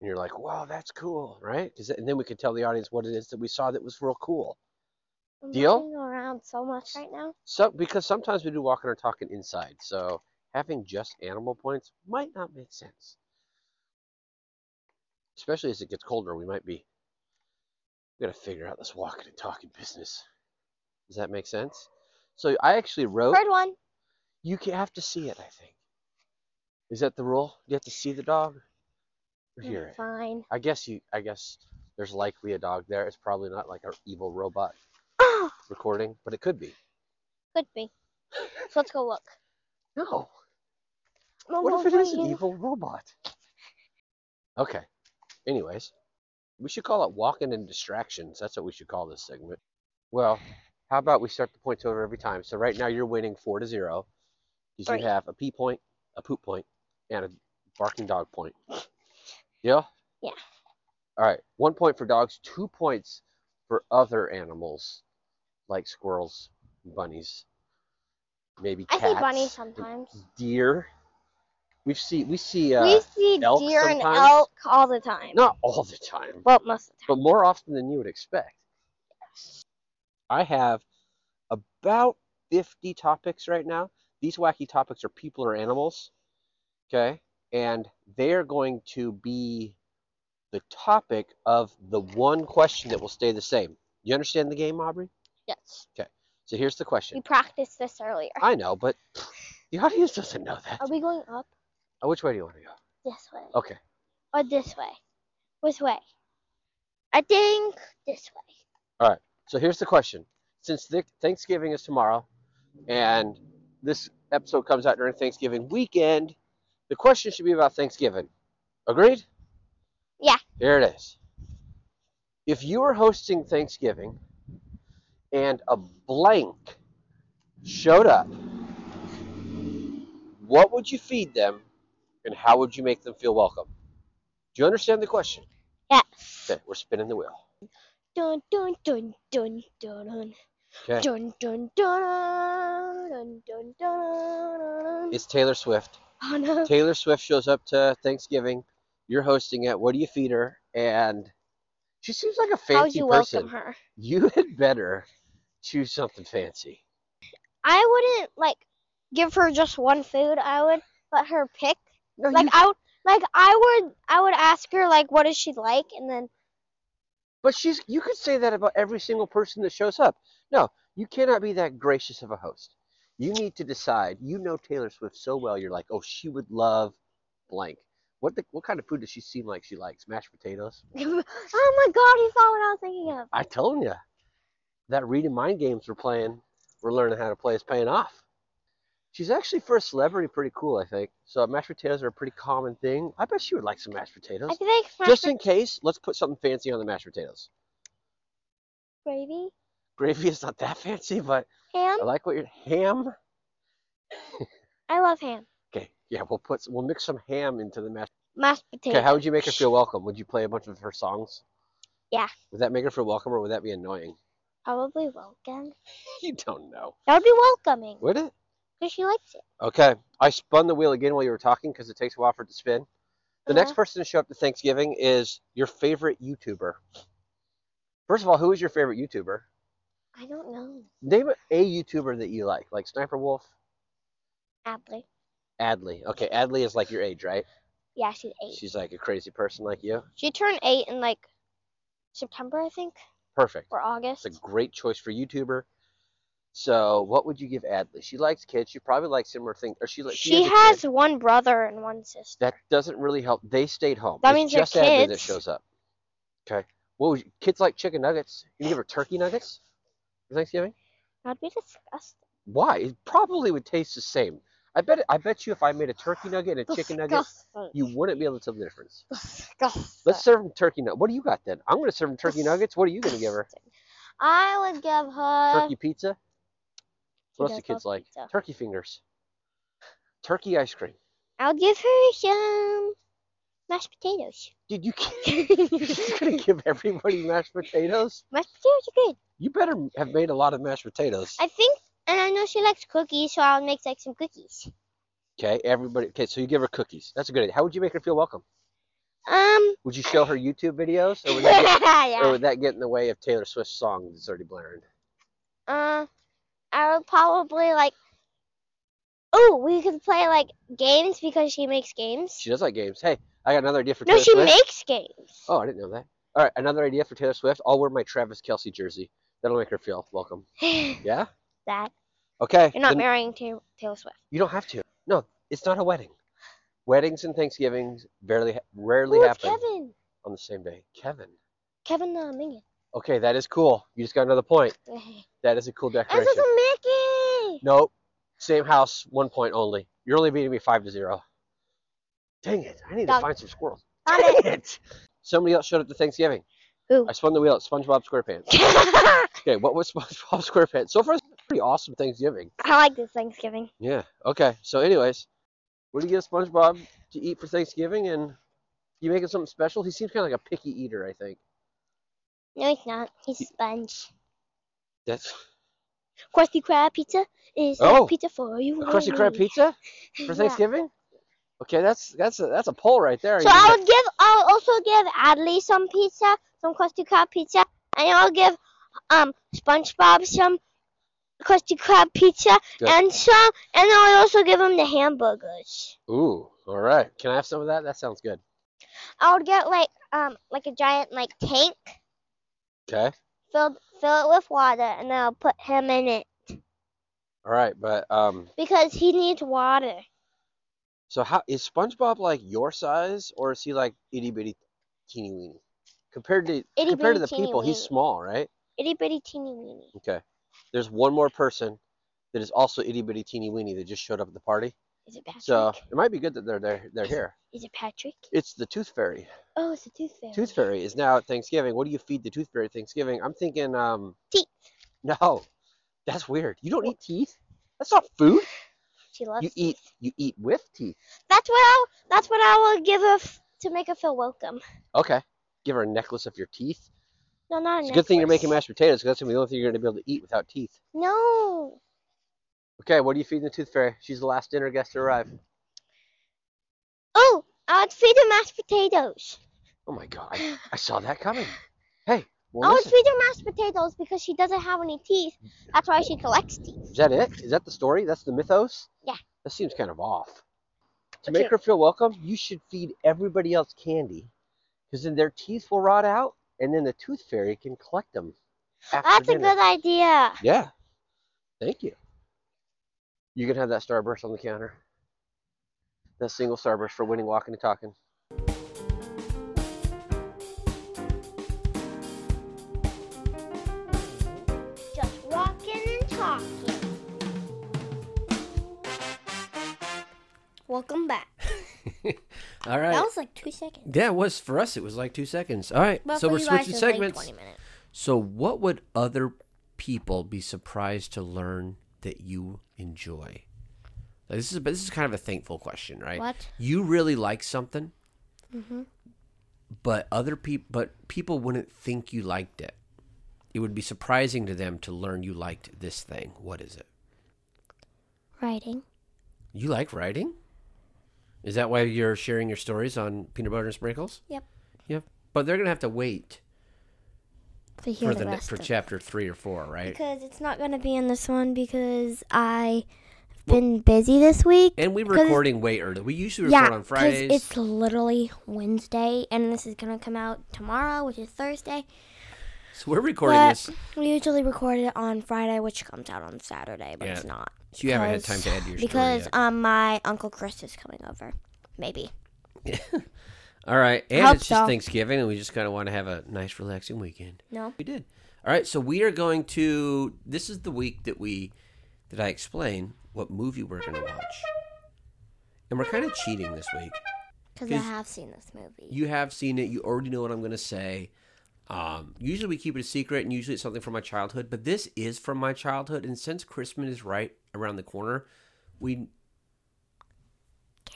[SPEAKER 1] And you're like, wow, that's cool, right? 'Cause- And then we can tell the audience what it is that we saw that was real cool.
[SPEAKER 2] I'm
[SPEAKER 1] Deal?
[SPEAKER 2] looking around so much right now.
[SPEAKER 1] So, because sometimes we do walking or talking inside, so having just animal points might not make sense. Especially as it gets colder, we might be. We gotta figure out this walking and talking business. Does that make sense? So I actually wrote.
[SPEAKER 2] Third one.
[SPEAKER 1] You ca- have to see it, I think. Is that the rule? You have to see the dog or hear it.
[SPEAKER 2] Mm, Fine.
[SPEAKER 1] I guess you. I guess there's likely a dog there. It's probably not like our evil robot
[SPEAKER 2] Oh,
[SPEAKER 1] recording, but it could be.
[SPEAKER 2] could be. So let's go look.
[SPEAKER 1] No.
[SPEAKER 2] Mom,
[SPEAKER 1] What if it
[SPEAKER 2] over
[SPEAKER 1] is an
[SPEAKER 2] you.
[SPEAKER 1] evil robot? Okay. Anyways, we should call it walking and distractions. That's what we should call this segment. Well, how about we start the points over every time? So right now you're winning four to zero because
[SPEAKER 2] Right.
[SPEAKER 1] you have a pee point, a poop point, and a barking dog point. Yeah.
[SPEAKER 2] Yeah.
[SPEAKER 1] All right. One point for dogs. Two points for other animals like squirrels, bunnies, maybe
[SPEAKER 2] I
[SPEAKER 1] cats.
[SPEAKER 2] see bunnies
[SPEAKER 1] and
[SPEAKER 2] sometimes.
[SPEAKER 1] deer. We've see we see uh,
[SPEAKER 2] we see
[SPEAKER 1] elk
[SPEAKER 2] deer and
[SPEAKER 1] sometimes.
[SPEAKER 2] elk all the time.
[SPEAKER 1] not all the time,
[SPEAKER 2] Well, most of the time.
[SPEAKER 1] but more often than you would expect. I have about 50 topics right now. These wacky topics are people or animals. Okay? And they're going to be the topic of the one question that will stay the same. You understand the game, Aubrey?
[SPEAKER 2] Yes.
[SPEAKER 1] So here's the
[SPEAKER 2] We
[SPEAKER 1] question.
[SPEAKER 2] practiced this earlier.
[SPEAKER 1] I know, but the audience doesn't know that.
[SPEAKER 2] Are we going up
[SPEAKER 1] Oh, Which way do you want to go?
[SPEAKER 2] this way
[SPEAKER 1] Okay.
[SPEAKER 2] or this way? Which way? I think this way.
[SPEAKER 1] So here's the question: Since th- Thanksgiving is tomorrow, and this episode comes out during Thanksgiving weekend, the question should be about Thanksgiving. Agreed?
[SPEAKER 2] Yeah.
[SPEAKER 1] Here it is. If you were hosting Thanksgiving, and a blank showed up, what would you feed them, and how would you make them feel welcome? Do you understand the question?
[SPEAKER 2] Yes.
[SPEAKER 1] Okay, we're spinning the wheel.
[SPEAKER 2] Dun dun dun dun dun dun
[SPEAKER 1] Okay.
[SPEAKER 2] dun dun dun. dun, dun, dun,
[SPEAKER 1] It's Taylor Swift.
[SPEAKER 2] Oh, no.
[SPEAKER 1] Taylor Swift shows up to Thanksgiving. You're hosting it. What do you feed her? And she seems like a
[SPEAKER 2] How would
[SPEAKER 1] fancy
[SPEAKER 2] Oh, you
[SPEAKER 1] person.
[SPEAKER 2] welcome her?
[SPEAKER 1] You had better choose something fancy.
[SPEAKER 2] I wouldn't like give her just one food. I would let her pick.
[SPEAKER 1] No,
[SPEAKER 2] Like
[SPEAKER 1] you,
[SPEAKER 2] I would, like I would, I would ask her like, what does she like, and then
[SPEAKER 1] but she's. You could say that about every single person that shows up. No, you cannot be that gracious of a host. You need to decide. You know Taylor Swift so well. You're like, oh, she would love blank. What the, What kind of food does she seem like she likes? Mashed potatoes.
[SPEAKER 2] oh my god, you saw what I was thinking of.
[SPEAKER 1] I told you that reading mind games we're playing, we're learning how to play is paying off. She's actually for a celebrity pretty cool, I think. So mashed potatoes are a pretty common thing. I bet she would like some mashed potatoes.
[SPEAKER 2] I feel like smash
[SPEAKER 1] Just in case, let's put something fancy on the mashed potatoes.
[SPEAKER 2] gravy,
[SPEAKER 1] Gravy is not that fancy, but
[SPEAKER 2] ham.
[SPEAKER 1] I like what you're ham.
[SPEAKER 2] I love ham,
[SPEAKER 1] Okay, yeah, we'll put some, we'll mix some ham into the mashed.
[SPEAKER 2] mashed
[SPEAKER 1] Okay,
[SPEAKER 2] potatoes.
[SPEAKER 1] how would you make her feel welcome? Would you play a bunch of her songs?
[SPEAKER 2] Yeah.
[SPEAKER 1] Would that make her feel welcome, or would that be annoying?
[SPEAKER 2] Probably welcome.
[SPEAKER 1] You don't know.
[SPEAKER 2] That would be welcoming
[SPEAKER 1] Would it?
[SPEAKER 2] because she likes it.
[SPEAKER 1] Okay, I spun the wheel again while you were talking because it takes a while for it to spin. The next
[SPEAKER 2] Uh-huh.
[SPEAKER 1] person to show up to Thanksgiving is your favorite YouTuber. First of all, who is your favorite YouTuber?
[SPEAKER 2] I don't know.
[SPEAKER 1] Name a YouTuber that you like, like Sniper Wolf,
[SPEAKER 2] Adley.
[SPEAKER 1] Adley. Okay, Adley is like your age, right?
[SPEAKER 2] Yeah, she's eight.
[SPEAKER 1] She's like a crazy person like you.
[SPEAKER 2] She turned eight in like September, I think,
[SPEAKER 1] Perfect.
[SPEAKER 2] or August.
[SPEAKER 1] It's a great choice for YouTuber. So, what would you give Adley? She likes kids. She probably likes similar things, or she li-
[SPEAKER 2] She
[SPEAKER 1] a kid.
[SPEAKER 2] has one brother and one sister.
[SPEAKER 1] That doesn't really help. They stayed home.
[SPEAKER 2] That
[SPEAKER 1] It's
[SPEAKER 2] means they're
[SPEAKER 1] just Adley that
[SPEAKER 2] kids.
[SPEAKER 1] shows up. Okay. What would you, kids like chicken nuggets? You give her turkey nuggets for Thanksgiving?
[SPEAKER 2] That'd be disgusting.
[SPEAKER 1] Why? It probably would taste the same. I bet. I bet you if I made a turkey nugget and a chicken nugget,
[SPEAKER 2] Disgusting.
[SPEAKER 1] you wouldn't be able to tell the difference.
[SPEAKER 2] Disgusting.
[SPEAKER 1] Let's serve them turkey nuggets. What do you got then? I'm gonna serve them turkey nuggets. What are you gonna give her?
[SPEAKER 2] I would give her.
[SPEAKER 1] Turkey pizza.
[SPEAKER 2] She
[SPEAKER 1] What else
[SPEAKER 2] does
[SPEAKER 1] do kids
[SPEAKER 2] love
[SPEAKER 1] like?
[SPEAKER 2] pizza.
[SPEAKER 1] Turkey fingers. Turkey ice cream.
[SPEAKER 2] I would give her some mashed potatoes.
[SPEAKER 1] Dude, you can't,
[SPEAKER 2] mashed
[SPEAKER 1] you're just
[SPEAKER 2] potatoes
[SPEAKER 1] gonna give everybody mashed potatoes.
[SPEAKER 2] are good.
[SPEAKER 1] You better have made a lot of mashed potatoes.
[SPEAKER 2] I think, and I know she likes cookies, so I'll make like some cookies.
[SPEAKER 1] Okay, everybody. Okay, so you give her cookies. That's a good idea. How would you make her feel welcome?
[SPEAKER 2] Um.
[SPEAKER 1] Would you show her YouTube videos, or would that get, or
[SPEAKER 2] yeah.
[SPEAKER 1] would that get in the way of Taylor Swift's song that's already blaring?
[SPEAKER 2] Uh, I would probably like. Oh, we could play like games because she makes games.
[SPEAKER 1] She does like games. Hey, I got another idea for
[SPEAKER 2] No,
[SPEAKER 1] Taylor
[SPEAKER 2] she
[SPEAKER 1] Swift.
[SPEAKER 2] makes games.
[SPEAKER 1] oh, I didn't know that. All right, another idea for Taylor Swift. I'll wear my Travis Kelsey jersey. That'll make her feel welcome. Yeah.
[SPEAKER 2] that
[SPEAKER 1] Okay.
[SPEAKER 2] you're not
[SPEAKER 1] Oh. then
[SPEAKER 2] marrying Ta- Taylor Swift.
[SPEAKER 1] You don't have to. No, it's not a wedding. Weddings and Thanksgivings barely ha- rarely
[SPEAKER 2] Who is
[SPEAKER 1] happen
[SPEAKER 2] Kevin?
[SPEAKER 1] on the same day. Kevin.
[SPEAKER 2] Kevin uh, Minion.
[SPEAKER 1] Okay, that is cool. You just got another point. That is a cool
[SPEAKER 2] This
[SPEAKER 1] decoration.
[SPEAKER 2] is a Mickey.
[SPEAKER 1] Nope. Same house, one point only. You're only beating me five to zero. Dang it! I need to
[SPEAKER 2] Dog.
[SPEAKER 1] find some squirrels.
[SPEAKER 2] Got it.
[SPEAKER 1] Dang it! Somebody else showed up to Thanksgiving.
[SPEAKER 2] Who?
[SPEAKER 1] I spun the wheel at SpongeBob SquarePants.
[SPEAKER 2] I
[SPEAKER 1] Okay, what was SpongeBob SquarePants? So far, it's a pretty awesome Thanksgiving.
[SPEAKER 2] like this Thanksgiving.
[SPEAKER 1] Yeah. Okay. So, anyways, what do you give SpongeBob to eat for Thanksgiving? And you making something special? He seems kind of like a picky eater. I think.
[SPEAKER 2] No, he's not. He's a sponge.
[SPEAKER 1] That's
[SPEAKER 2] Krusty Krab pizza is
[SPEAKER 1] Oh.
[SPEAKER 2] a pizza for you.
[SPEAKER 1] a Krusty Krab
[SPEAKER 2] only.
[SPEAKER 1] pizza
[SPEAKER 2] Yeah.
[SPEAKER 1] for Thanksgiving. Okay, that's that's a that's a poll right there.
[SPEAKER 2] So
[SPEAKER 1] You
[SPEAKER 2] I
[SPEAKER 1] got-
[SPEAKER 2] would give. I would also give Adley some pizza, some Krusty Krab pizza, and I'll give um SpongeBob some Krusty Krab pizza
[SPEAKER 1] Good.
[SPEAKER 2] and some, and I'll also give him the hamburgers.
[SPEAKER 1] Ooh. All right. Can I have some of that? That sounds good.
[SPEAKER 2] I would get like um like a giant like tank
[SPEAKER 1] Okay.
[SPEAKER 2] filled fill it with water, and then I'll put him in it
[SPEAKER 1] All right, but um,
[SPEAKER 2] because he needs water.
[SPEAKER 1] so how is SpongeBob like your size, or is he like itty bitty, teeny weeny? Compared to
[SPEAKER 2] Itty
[SPEAKER 1] compared to
[SPEAKER 2] bitty
[SPEAKER 1] the
[SPEAKER 2] teeny
[SPEAKER 1] people, he's
[SPEAKER 2] weeny.
[SPEAKER 1] small, right?
[SPEAKER 2] Itty bitty teeny weeny.
[SPEAKER 1] Okay. There's one more person that is also itty bitty teeny weeny that just showed up at the party.
[SPEAKER 2] Is it Patrick?
[SPEAKER 1] So it might be good that they're they're they're here.
[SPEAKER 2] Is it Patrick?
[SPEAKER 1] It's the Tooth Fairy.
[SPEAKER 2] Oh, it's a tooth fairy.
[SPEAKER 1] Tooth Fairy is now at Thanksgiving. What do you feed the Tooth Fairy at Thanksgiving? I'm thinking um.
[SPEAKER 2] Teeth.
[SPEAKER 1] No, that's weird. You don't eat teeth. That's not food.
[SPEAKER 2] She loves
[SPEAKER 1] You eat you eat with teeth.
[SPEAKER 2] That's what I'll. That's what I will give her f- to make her feel welcome.
[SPEAKER 1] Okay. Give her a necklace of your teeth.
[SPEAKER 2] No, not a
[SPEAKER 1] It's a good thing you're
[SPEAKER 2] necklace.
[SPEAKER 1] making mashed potatoes because that's gonna be the only thing you're gonna be able to eat without teeth.
[SPEAKER 2] No,
[SPEAKER 4] Okay, what are you feeding the tooth fairy? She's the last dinner guest to arrive.
[SPEAKER 2] Oh, I would feed her mashed potatoes.
[SPEAKER 4] Oh my god, I, I saw that coming. Hey,
[SPEAKER 2] I
[SPEAKER 4] well,
[SPEAKER 2] would
[SPEAKER 4] listen,
[SPEAKER 2] feed her mashed potatoes because she doesn't have any teeth. That's why she collects teeth.
[SPEAKER 4] is that it? Is that the story? That's the mythos?
[SPEAKER 2] Yeah.
[SPEAKER 4] That seems kind of off. To
[SPEAKER 2] Okay.
[SPEAKER 4] make her feel welcome, you should feed everybody else candy, because then their teeth will rot out, and then the tooth fairy can collect them. After
[SPEAKER 2] That's a
[SPEAKER 4] dinner.
[SPEAKER 2] good idea.
[SPEAKER 4] Yeah. Thank you. You can have that starburst on the counter. That single starburst for winning, walking, and talking.
[SPEAKER 2] Just walking and talking. Welcome back.
[SPEAKER 1] All right.
[SPEAKER 2] That was like two seconds.
[SPEAKER 1] yeah, it was for us. It was like two seconds. All right,
[SPEAKER 2] But
[SPEAKER 1] so
[SPEAKER 2] for
[SPEAKER 1] we're
[SPEAKER 2] you guys,
[SPEAKER 1] switching
[SPEAKER 2] it was like
[SPEAKER 1] segments.
[SPEAKER 2] 20 minutes.
[SPEAKER 1] So, what would other people be surprised to learn that you enjoy? Now, This is this is kind of a thankful question, right?
[SPEAKER 2] What? Mm-hmm.
[SPEAKER 1] you really like something, but other people, but people wouldn't think you liked it. It would be surprising to them to learn you liked this thing. What is it?
[SPEAKER 2] Writing.
[SPEAKER 1] You like writing? Is that why you're sharing your stories on peanut butter and sprinkles?
[SPEAKER 2] Yep.
[SPEAKER 1] Yep. But they're gonna have to wait
[SPEAKER 2] To hear
[SPEAKER 1] for
[SPEAKER 2] the,
[SPEAKER 1] the ne-
[SPEAKER 2] rest
[SPEAKER 1] for
[SPEAKER 2] of
[SPEAKER 1] chapter three or four, right?
[SPEAKER 2] Because it's not going to be in this one because I've been busy this week.
[SPEAKER 1] And we were
[SPEAKER 2] 'Cause-
[SPEAKER 1] recording way early. We usually
[SPEAKER 2] yeah,
[SPEAKER 1] record on Fridays.
[SPEAKER 2] it's literally Wednesday, and this is going to come out tomorrow, which is Thursday.
[SPEAKER 1] so we're recording
[SPEAKER 2] But
[SPEAKER 1] this.
[SPEAKER 2] we usually record it on Friday, which comes out on Saturday, but
[SPEAKER 1] Yeah.
[SPEAKER 2] it's not.
[SPEAKER 1] So you haven't had time
[SPEAKER 2] because-
[SPEAKER 1] to add to your
[SPEAKER 2] Because
[SPEAKER 1] story
[SPEAKER 2] um, my Uncle Chris is coming over. Maybe.
[SPEAKER 1] yet. All right. And
[SPEAKER 2] hope
[SPEAKER 1] it's just
[SPEAKER 2] so.
[SPEAKER 1] Thanksgiving, and we just kind of want to have a nice, relaxing weekend.
[SPEAKER 2] No?
[SPEAKER 1] We did. All right, so we are going to. This is the week that we that I explain what movie we're going to watch, and we're kind of cheating this week.
[SPEAKER 2] Because I
[SPEAKER 1] 'Cause
[SPEAKER 2] have seen this movie.
[SPEAKER 1] You have seen it. You already know what I'm going to say. Um, usually we keep it a secret, and usually it's something from my childhood. But this is from my childhood, and since Christmas is right around the corner, we
[SPEAKER 2] Can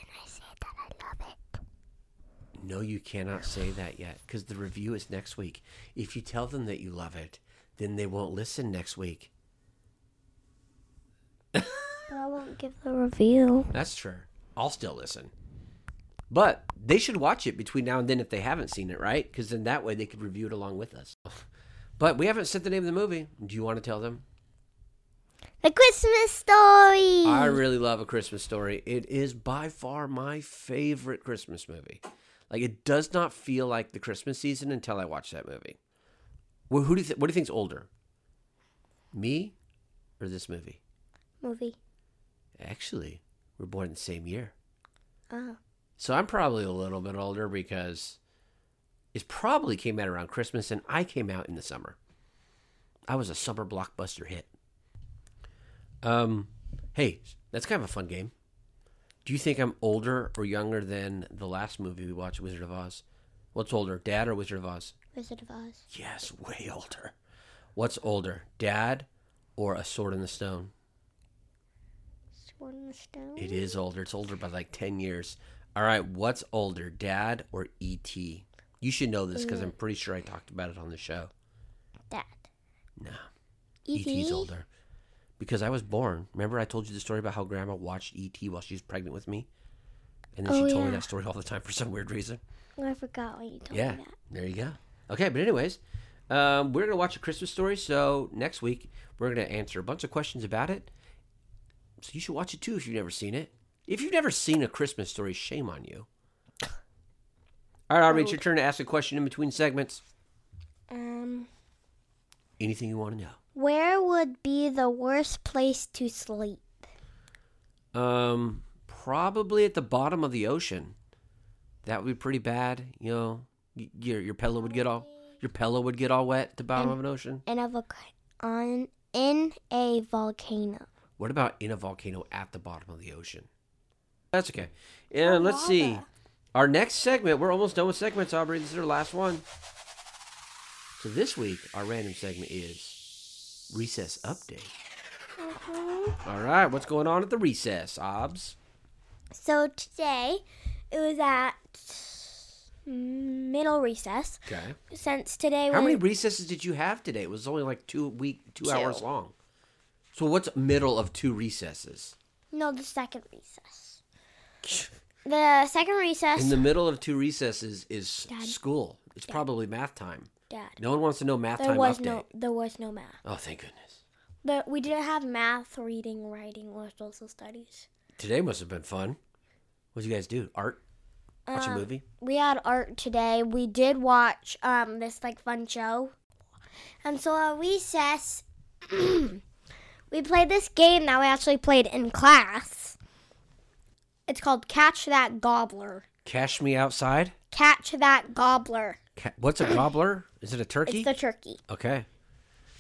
[SPEAKER 2] I say that I love it?
[SPEAKER 1] No, you cannot say that yet because the review is next week. If you tell them that you love it, then they won't listen next week.
[SPEAKER 2] But I won't give the review.
[SPEAKER 1] That's true. I'll still listen. But they should watch it between now and then if they haven't seen it, right? Because then that way they could review it along with us. But we haven't said the name of the movie. Do you want to tell them?
[SPEAKER 2] The Christmas Story!
[SPEAKER 1] I really love A Christmas Story. It is by far my favorite Christmas movie. Like it does not feel like the Christmas season until I watch that movie. Well, who do you th- what do you think's older? Me or this movie?
[SPEAKER 2] movie.
[SPEAKER 1] Actually, we're born the same year.
[SPEAKER 2] Oh.
[SPEAKER 1] So I'm probably a little bit older because it probably came out around Christmas and I came out in the summer. I was a summer blockbuster hit. Um, hey, that's kind of a fun game. Do you think I'm older or younger than the last movie we watched, Wizard of Oz? What's older, Dad or Wizard of Oz?
[SPEAKER 2] Wizard of Oz.
[SPEAKER 1] Yes, way older. What's older, Dad or A Sword in the Stone?
[SPEAKER 2] Sword in the Stone?
[SPEAKER 1] It is older. It's older by like 10 years. All right, what's older, Dad or E.T.? You should know this because I'm pretty sure I talked about it on the show.
[SPEAKER 2] That.
[SPEAKER 1] No,
[SPEAKER 2] E.T.?
[SPEAKER 1] E.T.'s older. Because I was born. Remember, I told you the story about how Grandma watched E.T. while she was pregnant with me? And then
[SPEAKER 2] Oh,
[SPEAKER 1] she told me
[SPEAKER 2] yeah.
[SPEAKER 1] that story all the time for some weird reason.
[SPEAKER 2] I forgot what you told
[SPEAKER 1] yeah,
[SPEAKER 2] me that.
[SPEAKER 1] there you go. Okay, but, anyways, um, we're going to watch a Christmas story. So, next week, we're going to answer a bunch of questions about it. So, you should watch it too if you've never seen it. If you've never seen a Christmas story, shame on you. All right, Armin, it's your turn to ask a question in between segments.
[SPEAKER 2] Um,
[SPEAKER 1] Anything you want to know.
[SPEAKER 2] where would be the worst place to sleep?
[SPEAKER 1] Um, probably at the bottom of the ocean. That would be pretty bad. You know, y- your your pillow would get all your pillow would get all wet at the bottom of an ocean.
[SPEAKER 2] In a volcano. On in a volcano.
[SPEAKER 1] What about in a volcano at the bottom of the ocean? That's okay. And let's see. Our next segment. We're almost done with segments, Aubrey. This is our last one. So this week, our random segment is recess update. All right, what's going on at the recess, Obs?
[SPEAKER 2] So today, it was at middle recess.
[SPEAKER 1] Okay.
[SPEAKER 2] Since today
[SPEAKER 1] How
[SPEAKER 2] was
[SPEAKER 1] many recesses did you have today? It was only like two week, two, hours long. So what's middle of two recesses?
[SPEAKER 2] No, the second recess. The second recess.
[SPEAKER 1] In the middle of two recesses is
[SPEAKER 2] Dad.
[SPEAKER 1] school. It's probably math time.
[SPEAKER 2] Dad,
[SPEAKER 1] No one wants to know math
[SPEAKER 2] there
[SPEAKER 1] time
[SPEAKER 2] was
[SPEAKER 1] update.
[SPEAKER 2] no there was no math.
[SPEAKER 1] Oh, thank goodness.
[SPEAKER 2] But we didn't have math, reading, writing, or social studies.
[SPEAKER 1] Today must have been fun. What'd you guys do? Art? Watch
[SPEAKER 2] Uh,
[SPEAKER 1] a movie?
[SPEAKER 2] we had art today. We did watch um this like fun show, and so at recess, we played this game that we actually played in class. It's called Catch That Gobbler.
[SPEAKER 1] Cash me outside?
[SPEAKER 2] Catch That Gobbler.
[SPEAKER 1] Ca- What's a gobbler? Is it a turkey?
[SPEAKER 2] It's the turkey.
[SPEAKER 1] okay.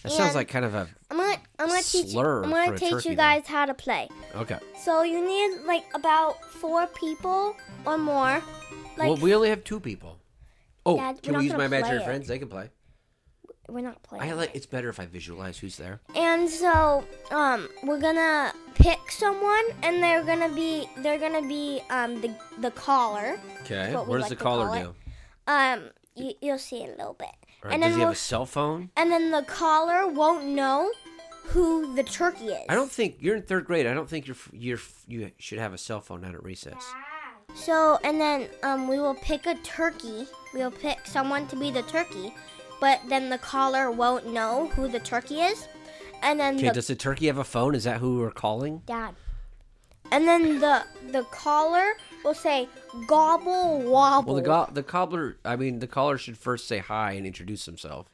[SPEAKER 1] That sounds
[SPEAKER 2] And-
[SPEAKER 1] like kind of a
[SPEAKER 2] I'm gonna I'm gonna teach
[SPEAKER 1] Slur
[SPEAKER 2] I'm
[SPEAKER 1] for
[SPEAKER 2] gonna
[SPEAKER 1] a
[SPEAKER 2] teach
[SPEAKER 1] turkey,
[SPEAKER 2] you
[SPEAKER 1] though.
[SPEAKER 2] guys how to play.
[SPEAKER 1] okay.
[SPEAKER 2] So you need like about four people or more. Like
[SPEAKER 1] well, we only have two people. Oh,
[SPEAKER 2] Dad, we're
[SPEAKER 1] can
[SPEAKER 2] not
[SPEAKER 1] we use my
[SPEAKER 2] gonna play
[SPEAKER 1] imaginary
[SPEAKER 2] it.
[SPEAKER 1] friends? They can play.
[SPEAKER 2] we're not playing.
[SPEAKER 1] I like. It's better if I visualize who's there.
[SPEAKER 2] And so, um, we're gonna pick someone, and they're gonna be they're gonna be um the the caller.
[SPEAKER 1] Okay.
[SPEAKER 2] what we
[SPEAKER 1] What does
[SPEAKER 2] like
[SPEAKER 1] the
[SPEAKER 2] to
[SPEAKER 1] caller
[SPEAKER 2] call it.
[SPEAKER 1] do?
[SPEAKER 2] Um, you, you'll see in a little bit.
[SPEAKER 1] All right,
[SPEAKER 2] and
[SPEAKER 1] does he
[SPEAKER 2] then
[SPEAKER 1] have
[SPEAKER 2] we'll,
[SPEAKER 1] a cell phone?
[SPEAKER 2] and then the caller won't know who the turkey is.
[SPEAKER 1] I don't think you're in third grade. I don't think you're f- you're f- you should have a cell phone not at recess.
[SPEAKER 2] So, and then um, we will pick a turkey. We'll pick someone to be the turkey, but then the caller won't know who the turkey is. And then
[SPEAKER 1] Okay,
[SPEAKER 2] the
[SPEAKER 1] does the turkey have a phone? Is that who we're calling?
[SPEAKER 2] dad. And then the the caller will say gobble wobble.
[SPEAKER 1] Well, the go- the cobbler. I mean, the caller should first say hi and introduce himself.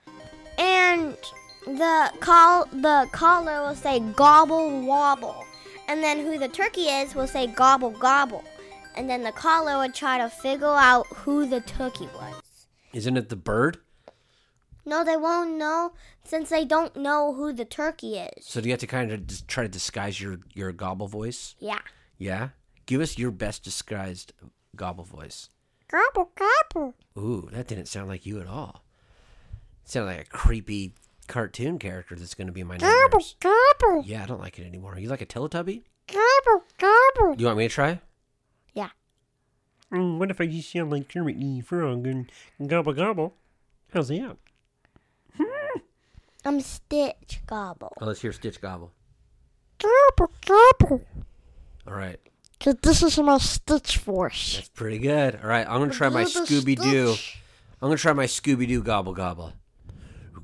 [SPEAKER 2] and the call the caller will say gobble wobble. And then who the turkey is will say gobble gobble. And then the caller would try to figure out who the turkey was.
[SPEAKER 1] Isn't it the bird?
[SPEAKER 2] No, they won't know since they don't know who the turkey is.
[SPEAKER 1] So do you have to kind of just try to disguise your your gobble voice?
[SPEAKER 2] Yeah.
[SPEAKER 1] Yeah. Give us your best disguised gobble voice.
[SPEAKER 2] Gobble gobble.
[SPEAKER 1] Ooh, that didn't sound like you at all. It sounded like a creepy cartoon character that's going to be in my nightmares.
[SPEAKER 2] gobble
[SPEAKER 1] Yeah, I don't like it anymore. Are you like a Teletubby?
[SPEAKER 2] gobble gobble.
[SPEAKER 1] You want me to try?
[SPEAKER 2] Yeah.
[SPEAKER 5] Mm, What if I just sound like Kermit the Frog and gobble gobble? How's that?
[SPEAKER 2] I'm Stitch Gobble.
[SPEAKER 1] Oh, let's hear Stitch gobble.
[SPEAKER 3] Gobble, gobble.
[SPEAKER 1] All right,
[SPEAKER 3] Cause this is my Stitch Force.
[SPEAKER 1] that's pretty good. All right, I'm gonna try my Scooby Doo. I'm gonna try my Scooby Doo gobble gobble.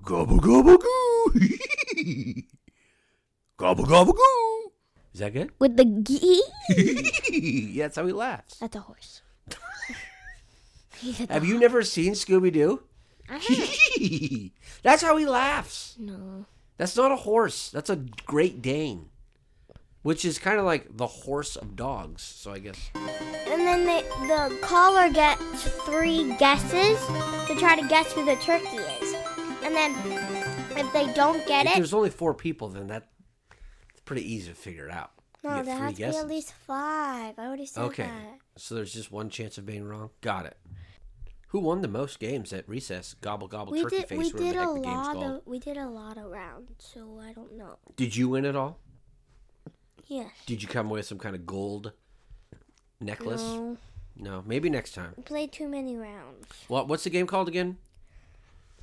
[SPEAKER 1] Gobble gobble goo. gobble gobble goo. Is that good?
[SPEAKER 2] With the gee?
[SPEAKER 1] yeah, that's how he laughs.
[SPEAKER 2] That's a horse.
[SPEAKER 1] Have you never seen Scooby Doo? That's how he laughs.
[SPEAKER 2] No.
[SPEAKER 1] That's not a horse. That's a Great Dane, which is kind of like the horse of dogs. So I guess.
[SPEAKER 2] And then they, the caller gets three guesses to try to guess who the turkey is. And then if they don't get
[SPEAKER 1] If
[SPEAKER 2] it,
[SPEAKER 1] there's only four people, then that it's pretty easy to figure it out. You
[SPEAKER 2] no,
[SPEAKER 1] get
[SPEAKER 2] there
[SPEAKER 1] three
[SPEAKER 2] has to be
[SPEAKER 1] guesses.
[SPEAKER 2] at least five. I already said
[SPEAKER 1] Okay,
[SPEAKER 2] that.
[SPEAKER 1] so there's just one chance of being wrong. Got it. Who won the most games at recess? Gobble gobble
[SPEAKER 2] We
[SPEAKER 1] turkey
[SPEAKER 2] did
[SPEAKER 1] face.
[SPEAKER 2] we
[SPEAKER 1] whatever
[SPEAKER 2] did
[SPEAKER 1] the
[SPEAKER 2] a
[SPEAKER 1] heck the game's
[SPEAKER 2] lot
[SPEAKER 1] called.
[SPEAKER 2] of we did a lot of rounds, so I don't know.
[SPEAKER 1] Did you win it all?
[SPEAKER 2] Yes.
[SPEAKER 1] Did you come with some kind of gold necklace?
[SPEAKER 2] No.
[SPEAKER 1] No, maybe next time.
[SPEAKER 2] We played too many rounds.
[SPEAKER 1] What What's the game called again?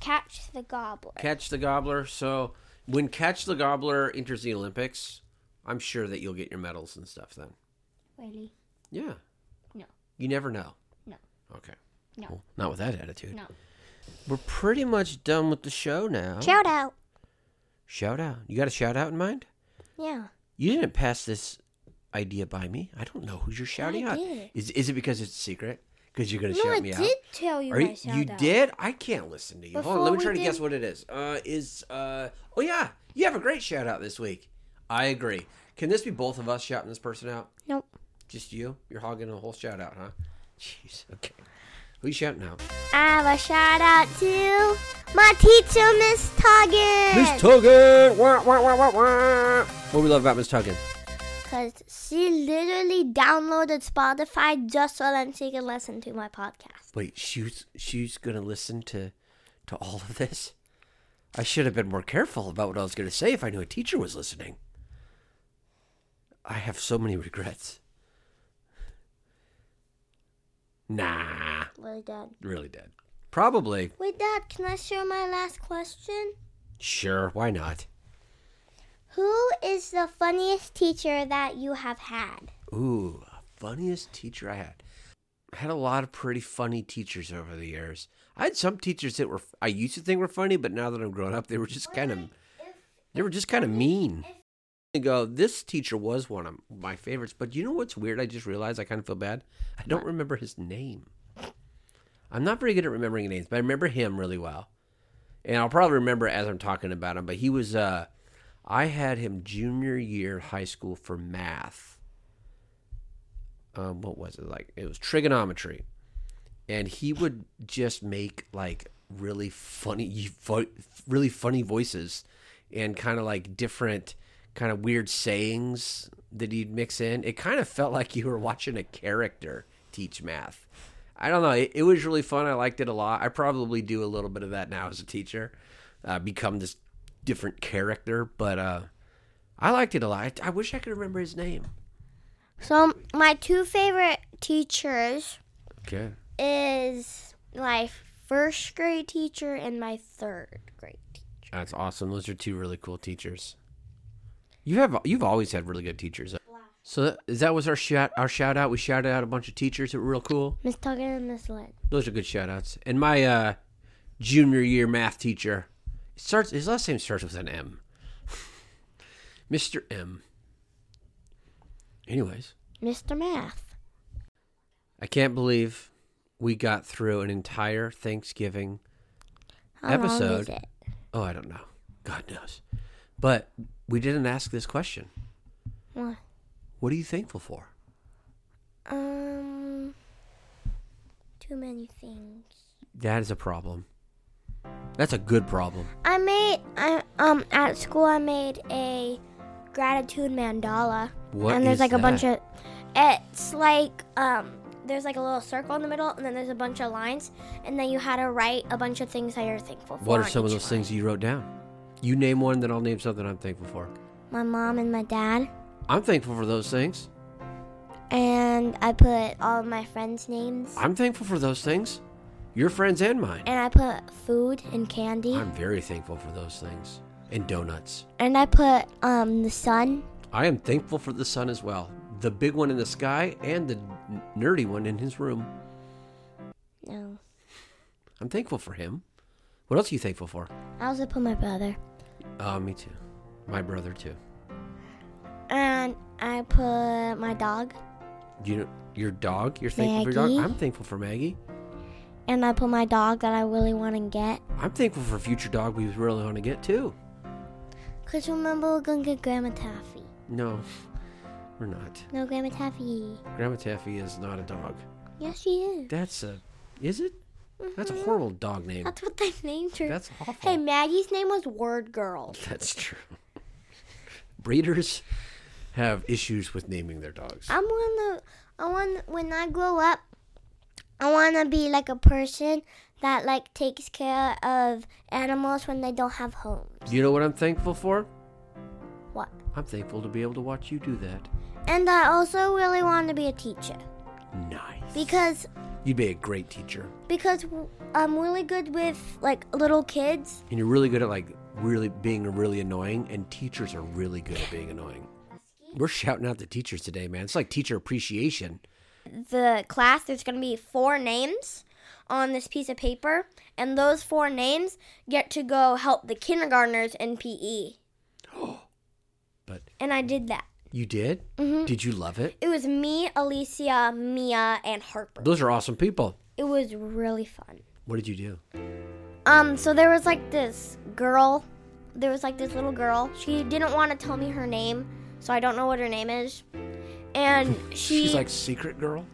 [SPEAKER 2] Catch the gobbler.
[SPEAKER 1] Catch the Gobbler. So when Catch the Gobbler enters the Olympics, I'm sure that you'll get your medals and stuff then.
[SPEAKER 2] Really?
[SPEAKER 1] Yeah.
[SPEAKER 2] No.
[SPEAKER 1] You never know.
[SPEAKER 2] No.
[SPEAKER 1] Okay.
[SPEAKER 2] No.
[SPEAKER 1] Well, not with that attitude.
[SPEAKER 2] No.
[SPEAKER 1] We're pretty much done with the show now.
[SPEAKER 2] Shout out.
[SPEAKER 1] Shout out. You got a shout out in mind?
[SPEAKER 2] Yeah.
[SPEAKER 1] You didn't pass this idea by me. I don't know who you're shouting out.
[SPEAKER 2] did.
[SPEAKER 1] Is is it because it's a secret? Because you're gonna
[SPEAKER 2] no,
[SPEAKER 1] shout
[SPEAKER 2] I
[SPEAKER 1] me
[SPEAKER 2] did
[SPEAKER 1] out?
[SPEAKER 2] tell you
[SPEAKER 1] Are you,
[SPEAKER 2] guys
[SPEAKER 1] you
[SPEAKER 2] shout out.
[SPEAKER 1] did? I can't listen to you. Hold on,
[SPEAKER 2] Before
[SPEAKER 1] let me
[SPEAKER 2] we
[SPEAKER 1] try to guess
[SPEAKER 2] did-
[SPEAKER 1] what it is. Uh, is uh oh yeah, you have a great shout out this week. I agree. Can this be both of us shouting this person out?
[SPEAKER 2] Nope.
[SPEAKER 1] Just you? You're hogging a whole shout out, huh? Jeez. Okay. Who you shouting out?
[SPEAKER 2] I have a shout out to my teacher, Miss Tuggin.
[SPEAKER 1] Miss Tuggin. Wah, wah, wah, wah, wah. What we love about Miss Tuggin?
[SPEAKER 2] Because she literally downloaded Spotify just so that she could listen to my podcast.
[SPEAKER 1] Wait, she's she's gonna listen to to all of this. I should have been more careful about what I was gonna say if I knew a teacher was listening. I have so many regrets. Nah,
[SPEAKER 2] Really, Dad?
[SPEAKER 1] really did. Probably.
[SPEAKER 2] Wait, Dad, can I share my last question?
[SPEAKER 1] Sure, why not?
[SPEAKER 2] Who is the funniest teacher that you have had?
[SPEAKER 1] Ooh, funniest teacher I had. I had a lot of pretty funny teachers over the years. I had some teachers that were I used to think were funny, but now that I'm grown up, they were just kind of they were just kind of mean. I go, this teacher was one of my favorites, but you know what's weird? I just realized I kind of feel bad. I don't remember his name. I'm not very good at remembering names, but I remember him really well. And I'll probably remember it as I'm talking about him, but he was uh I had him junior year of high school for math um, what was it like? It was trigonometry, and he would just make like really funny, vo- really funny voices, and kind of like different, kind of weird sayings that he'd mix in. It kind of felt like you were watching a character teach math. I don't know. It, it was really fun. I liked it a lot. I probably do a little bit of that now as a teacher, uh, become this different character. But uh, I liked it a lot. I, I wish I could remember his name.
[SPEAKER 2] So my two favorite teachers
[SPEAKER 1] Okay.
[SPEAKER 2] is my first grade teacher and my third grade teacher.
[SPEAKER 1] That's awesome. Those are two really cool teachers. You have you've always had really good teachers. So that, is that was our shout our shout out. We shouted out a bunch of teachers that were real cool.
[SPEAKER 2] Miss Tucker and Miss Lynn.
[SPEAKER 1] Those are good shout outs. And my uh, junior year math teacher starts his last name starts with an M. Mr. M. Anyways,
[SPEAKER 2] Mr. Math.
[SPEAKER 1] I can't believe we got through an entire Thanksgiving
[SPEAKER 2] How Long
[SPEAKER 1] Episode.
[SPEAKER 2] is it?
[SPEAKER 1] Oh, I don't know. God knows. But we didn't ask this question.
[SPEAKER 2] What?
[SPEAKER 1] What are you thankful for?
[SPEAKER 2] Um, too many things.
[SPEAKER 1] That is a problem. That's a good problem.
[SPEAKER 2] I made I um at school I made a gratitude mandala.
[SPEAKER 1] What
[SPEAKER 2] and there's
[SPEAKER 1] is
[SPEAKER 2] like a bunch
[SPEAKER 1] that?
[SPEAKER 2] of it's like um there's like a little circle in the middle and then there's a bunch of lines and then you had to write a bunch of things that you're thankful for.
[SPEAKER 1] What are
[SPEAKER 2] on
[SPEAKER 1] some of
[SPEAKER 2] each
[SPEAKER 1] those
[SPEAKER 2] line.
[SPEAKER 1] things you wrote down? You name one, then I'll name something I'm thankful for.
[SPEAKER 2] My mom and my dad
[SPEAKER 1] I'm thankful for those things.
[SPEAKER 2] and I put all of my friends' names
[SPEAKER 1] I'm thankful for those things. Your friends and mine.
[SPEAKER 2] and I put food and candy
[SPEAKER 1] I'm very thankful for those things. And donuts.
[SPEAKER 2] and I put um the sun
[SPEAKER 1] I am thankful for the sun as well. The big one in the sky and the n- nerdy one in his room.
[SPEAKER 2] no
[SPEAKER 1] I'm thankful for him. What else are you thankful for?
[SPEAKER 2] I also put my brother
[SPEAKER 1] Uh, me too. My brother too.
[SPEAKER 2] and I put my dog
[SPEAKER 1] You know, your dog. You're thankful for your
[SPEAKER 2] Maggie.
[SPEAKER 1] dog. I'm thankful for Maggie.
[SPEAKER 2] and I put my dog that I really want to get
[SPEAKER 1] I'm thankful for future dog we really want to get too.
[SPEAKER 2] Cause remember we're gonna get Grandma Taffy.
[SPEAKER 1] No, we're not.
[SPEAKER 2] No, Grandma Taffy.
[SPEAKER 1] Grandma Taffy is not a dog.
[SPEAKER 2] Yes, she is.
[SPEAKER 1] That's a. Is it? That's a horrible dog name.
[SPEAKER 2] That's what they named her.
[SPEAKER 1] That's awful.
[SPEAKER 2] hey, Maggie's name was Word Girl.
[SPEAKER 1] That's true. Breeders have issues with naming their dogs.
[SPEAKER 2] I'm gonna. I want when I grow up, I wanna be like a person that like takes care of animals when they don't have homes.
[SPEAKER 1] You know what I'm thankful for?
[SPEAKER 2] What?
[SPEAKER 1] I'm thankful to be able to watch you do that.
[SPEAKER 2] And I also really want to be a teacher
[SPEAKER 1] Nice.
[SPEAKER 2] because
[SPEAKER 1] You'd be a great teacher,
[SPEAKER 2] because I'm really good with like little kids.
[SPEAKER 1] and you're really good at like really being really annoying. And teachers are really good at being annoying. We're shouting out the teachers today, man. It's like teacher appreciation.
[SPEAKER 2] the class, there's going to be four names on this piece of paper, and those four names get to go help the kindergartners in PE.
[SPEAKER 1] But
[SPEAKER 2] And I did that.
[SPEAKER 1] you did?
[SPEAKER 2] Mm-hmm.
[SPEAKER 1] Did you love it?
[SPEAKER 2] It was me, Alicia, Mia, and Harper.
[SPEAKER 1] Those are awesome people.
[SPEAKER 2] It was really fun.
[SPEAKER 1] What did you do?
[SPEAKER 2] Um, so there was like this girl. There was like this little girl. She didn't want to tell me her name, so I don't know what her name is. And she
[SPEAKER 1] She's like secret girl.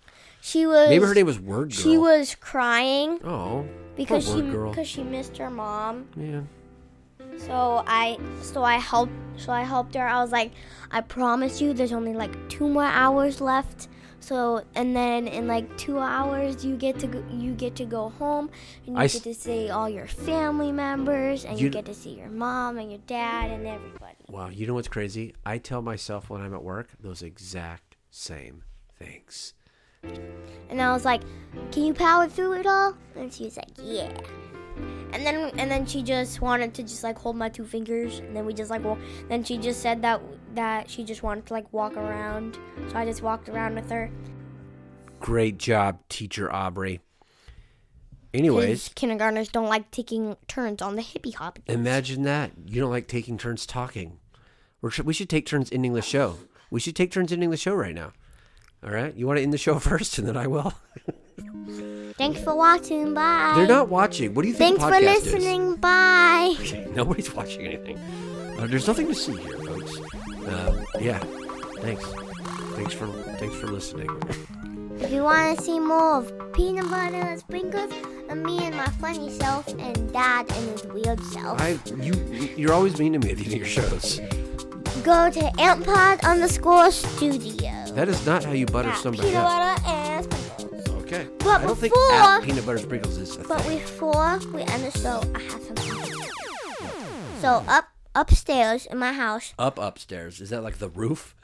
[SPEAKER 2] she was
[SPEAKER 1] Maybe her name was Word Girl.
[SPEAKER 2] she was crying
[SPEAKER 1] Oh,
[SPEAKER 2] because
[SPEAKER 1] poor
[SPEAKER 2] she
[SPEAKER 1] Word Girl.
[SPEAKER 2] because she missed her mom.
[SPEAKER 1] Yeah.
[SPEAKER 2] So I so I helped so I helped her. I was like, I promise you there's only like two more hours left. So and then in like 2 hours you get to go, you get to go home and you
[SPEAKER 1] I
[SPEAKER 2] get
[SPEAKER 1] s-
[SPEAKER 2] to see all your family members and you,
[SPEAKER 1] You-
[SPEAKER 2] get to see your mom and your dad and everybody.
[SPEAKER 1] Wow. You know what's crazy? I tell myself when I'm at work those exact same things.
[SPEAKER 2] And I was like, "Can you power through it all?" And she was like, "Yeah." And then and then she just wanted to just like hold my two fingers, and then we just like walk. Then she just said that that she just wanted to like walk around, so I just walked around with her.
[SPEAKER 1] Great job, teacher Aubrey.
[SPEAKER 2] 'Cause
[SPEAKER 1] Anyways,
[SPEAKER 2] kindergartners don't like taking turns on the hippie hop.
[SPEAKER 1] imagine that. You don't like taking turns talking. We're, we should take turns ending the show. We should take turns ending the show right now. All right? You want to end the show first, and then I will?
[SPEAKER 2] Thanks for watching. Bye.
[SPEAKER 1] They're not watching. What do you think
[SPEAKER 2] Thanks
[SPEAKER 1] the
[SPEAKER 2] for
[SPEAKER 1] podcast is?
[SPEAKER 2] listening. Bye.
[SPEAKER 1] Nobody's watching anything. Uh, there's nothing to see here, folks. Uh, yeah. Thanks. Thanks for thanks for listening.
[SPEAKER 2] If you want to see more of peanut butter and sprinkles, and me and my funny self, and Dad and his weird self,
[SPEAKER 1] I you you're always mean to me at the end of your shows.
[SPEAKER 2] go to AmpPod underscore studio.
[SPEAKER 1] That is not how you butter
[SPEAKER 2] At
[SPEAKER 1] somebody
[SPEAKER 2] peanut
[SPEAKER 1] up.
[SPEAKER 2] butter and sprinkles.
[SPEAKER 1] Okay.
[SPEAKER 2] But
[SPEAKER 1] I don't think
[SPEAKER 2] before-
[SPEAKER 1] at peanut butter sprinkles is a
[SPEAKER 2] But
[SPEAKER 1] thing.
[SPEAKER 2] before we end the show, I have something. So up upstairs in my house.
[SPEAKER 1] Up upstairs. Is that like the roof?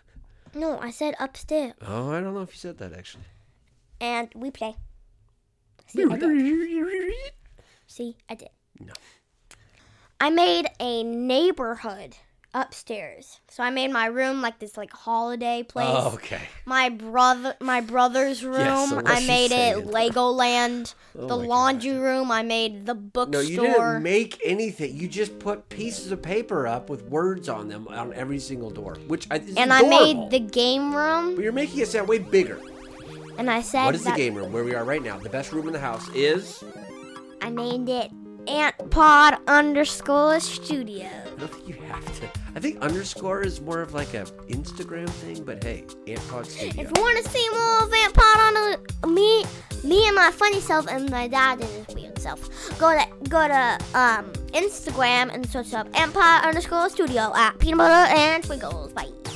[SPEAKER 2] No, I said upstairs,
[SPEAKER 1] Oh, I don't know if you said that actually.
[SPEAKER 2] and we play. See, I did. See, I did.
[SPEAKER 1] No.
[SPEAKER 2] I made a neighborhood upstairs. So I made my room like this like holiday place.
[SPEAKER 1] Oh, okay.
[SPEAKER 2] My brother my brother's room,
[SPEAKER 1] Yes, so what
[SPEAKER 2] I
[SPEAKER 1] she's
[SPEAKER 2] made it
[SPEAKER 1] saying.
[SPEAKER 2] Legoland.
[SPEAKER 1] Oh
[SPEAKER 2] the
[SPEAKER 1] my God.
[SPEAKER 2] laundry room, I made the bookstore.
[SPEAKER 1] No, you didn't make anything. You just put pieces of paper up with words on them on every single door, which I is
[SPEAKER 2] and I
[SPEAKER 1] adorable.
[SPEAKER 2] made the game room
[SPEAKER 1] But you're making it sound way bigger.
[SPEAKER 2] and I said
[SPEAKER 1] What is the
[SPEAKER 2] that
[SPEAKER 1] game room where we are right now? The best room in the house is.
[SPEAKER 2] I named it Ant Pod underscore studio.
[SPEAKER 1] I don't think you have to. I think underscore is more of like a Instagram thing, but hey, Ant Pod Studio.
[SPEAKER 2] If you want to see more of Ant Pod on the, me, me and my funny self and my dad and his weird self, go to go to um Instagram and search up Ant Pod underscore studio at peanut butter and sprinkles. Bye.